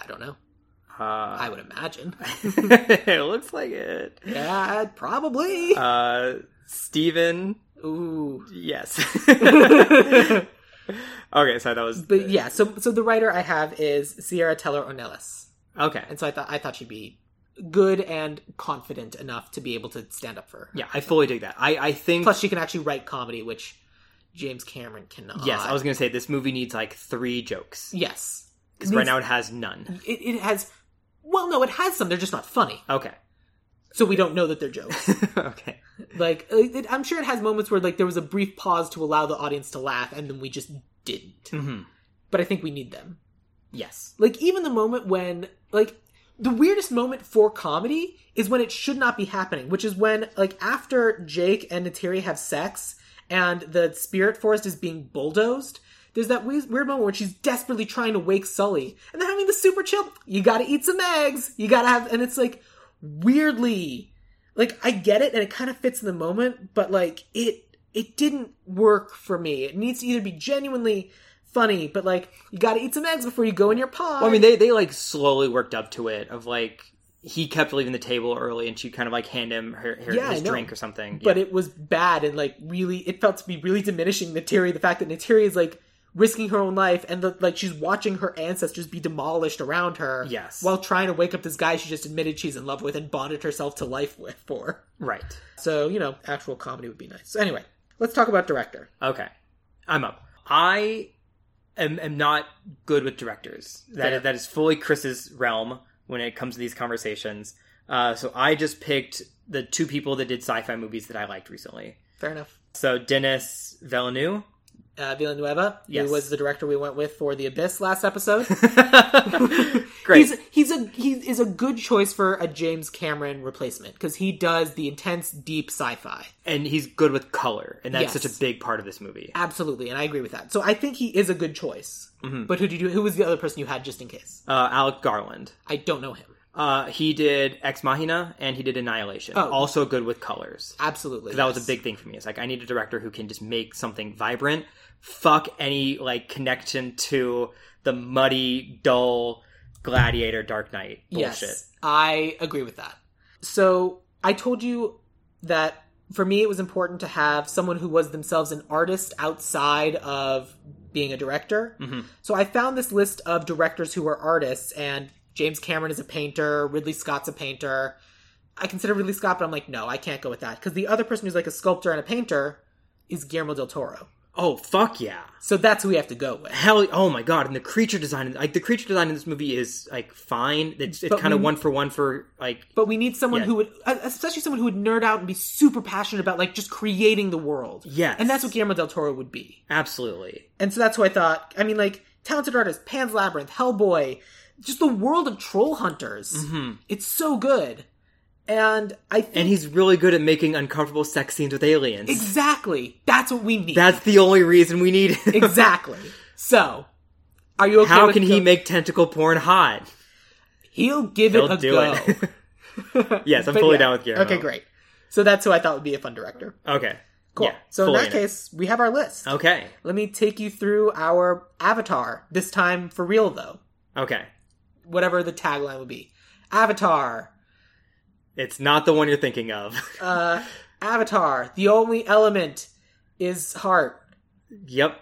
I don't know. Uh, I would imagine. it looks like it. yeah, probably. Uh, Steven. Ooh. Yes. okay, so that was But yeah, so so the writer I have is Sierra Teller Ornelas. okay. And so I thought I thought she'd be good and confident enough to be able to stand up for her. Yeah, I fully dig that. I I think Plus she can actually write comedy, which James Cameron cannot. yes. I was gonna say this movie needs like three jokes Yes. because right now it has none. it, it has well no it has some they're just not funny Okay. so we don't know that they're jokes okay. like it, it- i'm sure it has moments where like there was a brief pause to allow the audience to laugh and then we just didn't Mm-hmm. but i think we need them Yes. like even the moment when like the weirdest moment for comedy is when it should not be happening which is when like after jake and nateri have sex and the spirit forest is being bulldozed there's that weird, weird moment where she's desperately trying to wake sully and they're having the super chill you gotta eat some eggs you gotta have and it's like weirdly like i get it and it kind of fits in the moment but like it it didn't work for me it needs to either be genuinely funny but like you gotta eat some eggs before you go in your pod Well, I mean, they they like slowly worked up to it. Of like he kept leaving the table early, and she kind of like hand him her, her Yeah, I his know. drink or something. but yeah. it was bad and like really it felt to be really diminishing Nateri the fact that Nateri is like risking her own life and the, like she's watching her ancestors be demolished around her Yes. while trying to wake up this guy she just admitted she's in love with and bonded herself to life with for right. so you know actual comedy would be nice so anyway let's talk about director Okay, I'm up. I am, am not good with directors. That Fair. is, that is fully Chris's realm when it comes to these conversations. Uh, so I just picked the two people that did sci-fi movies that I liked recently. fair enough So Dennis Villeneuve uh, Villanueva, Yes. who was the director we went with for The Abyss last episode. Great. He's he's a he is a good choice for a James Cameron replacement because he does the intense, deep sci-fi. and he's good with color, and that's Yes. such a big part of this movie. Absolutely, and I agree with that. So I think he is a good choice. Mm-hmm. But who did you? Who was the other person you had just in case? Uh, Alec Garland. I don't know him. Uh, he did Ex Machina and he did Annihilation. Oh. Also good with colors. Absolutely, That was a yes. big thing for me. It's like I need a director who can just make something vibrant. Fuck any like connection to the muddy, dull Gladiator Dark Knight bullshit. Yes, I agree with that. So I told you that for me it was important to have someone who was themselves an artist outside of being a director. So I found this list of directors who are artists, and James Cameron is a painter, Ridley Scott's a painter. I consider Ridley Scott, but I'm like, no, I can't go with that because the other person who's like a sculptor and a painter is Guillermo del Toro. Oh fuck yeah! So that's who we have to go with. Hell, oh my god! And the creature design, like the creature design in this movie is like fine. It's, it's But kind of we- one for one for like But we need someone Yeah. who would, uh, especially someone who would nerd out and be super passionate about like just creating the world. Yes. and that's what Guillermo del Toro would be. absolutely. And so that's who I thought. I mean, like talented artists, Pan's Labyrinth, Hellboy, just the world of troll hunters. It's so good, and I think Mm-hmm. And he's really good at making uncomfortable sex scenes with aliens. exactly that's what we need. That's the only reason we need. him. exactly. So, are you okay? How with can go- he make tentacle porn hot? He'll give He'll it a do go. it. yes, I'm But fully yeah. down with Guillermo. Okay, great. So that's who I thought would be a fun director. Okay, Cool. Yeah, so in fully that it. case, we have our list. okay, Let me take you through our avatar, this time for real though. okay, Whatever the tagline would be. Avatar. it's not the one you're thinking of. Uh Avatar. The only element is heart. yep.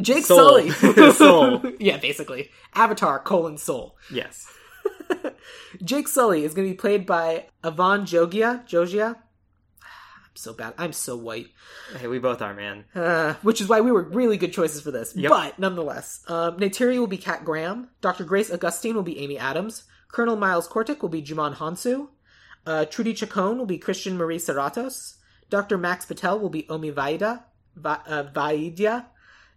Jake Soul. Sully. Soul. yeah, basically. Avatar colon soul. Yes. Jake Sully is gonna be played by Yvonne Jogia. Jogia? I'm so bad. I'm so white. Hey, we both are, man. Uh, which is why we were really good choices for this. Yep. But nonetheless, um, Neytiri will be Kat Graham. Dr. Grace Augustine will be Amy Adams. Colonel Miles Kortic will be Juman Hansu. Uh, Trudy Chacon will be Christian Marie Serratos. Dr. Max Patel will be Omi Vaida. Va- uh, Vaidya.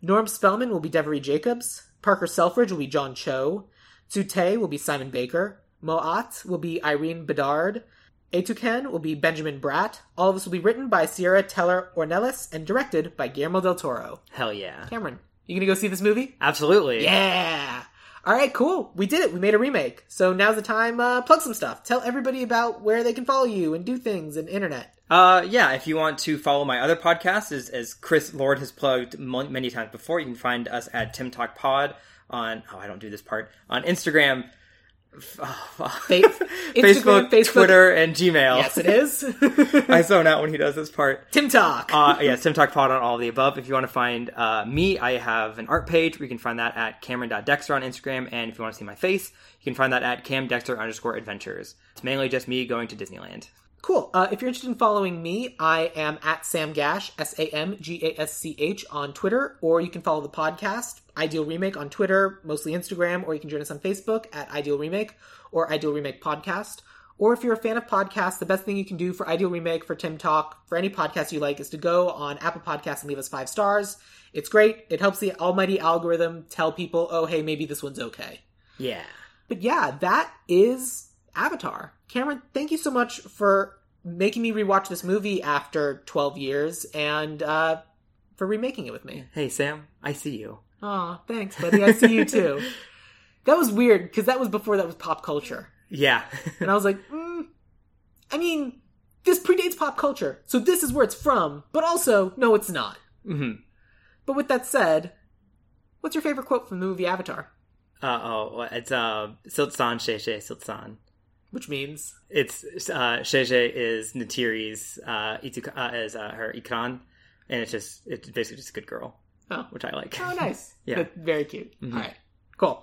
Norm Spellman will be Devery Jacobs. Parker Selfridge will be John Cho. Tsute will be Simon Baker. Moat will be Irene Bedard. Etuken will be Benjamin Bratt. All of this will be written by Sierra Teller Ornelas and directed by Guillermo del Toro. Hell yeah. Cameron, you gonna go see this movie? Absolutely. Yeah! Alright, cool. We did it. We made a remake. So now's the time, uh, plug some stuff. Tell everybody about where they can follow you and do things and internet. Uh, yeah, if you want to follow my other podcasts, as, as Chris Lord has plugged mon- many times before, you can find us at Tim Talk Pod on, oh, I don't do this part, on Instagram, f- oh, fuck. Fa- Instagram, Facebook, Facebook. Twitter, and Gmail. Yes, it is. I zone out when he does this part. Tim Talk. Uh, yeah, Tim Talk Pod on all of the above. If you want to find uh, me, I have an art page. You can find that at Cameron.Dexter on Instagram. And if you want to see my face, you can find that at CamDexter underscore adventures. It's mainly just me going to Disneyland. Cool. Uh, if you're interested in following me, I am at Sam Gash, S A M G A S C H, on Twitter, or you can follow the podcast, Ideal Remake, on Twitter, mostly Instagram, or you can join us on Facebook at Ideal Remake or Ideal Remake Podcast. Or if you're a fan of podcasts, the best thing you can do for Ideal Remake, for Tim Talk, for any podcast you like, is to go on Apple Podcasts and leave us five stars. It's great. It helps the almighty algorithm tell people, oh, hey, maybe this one's okay. Yeah. But yeah, that is Avatar. Cameron, thank you so much for making me rewatch this movie after 12 years and uh, for remaking it with me. Hey, Sam, I see you. Aw, thanks, buddy. I see you too. that was weird because that was before that was pop culture. Yeah. And I was like, mm, I mean, this predates pop culture, so this is where it's from, but also, no, it's not. hmm Mm-hmm. But with that said, what's your favorite quote from the movie Avatar? Uh oh, it's uh Siltsan Sheshe Siltsan. Which means, It's uh Sheshe is Natiri's uh, Ituka, uh is uh, her Ikran, and it's just it's basically just a good girl, oh, which I like. oh nice. Yeah. Mm-hmm. That's very cute. All right, cool.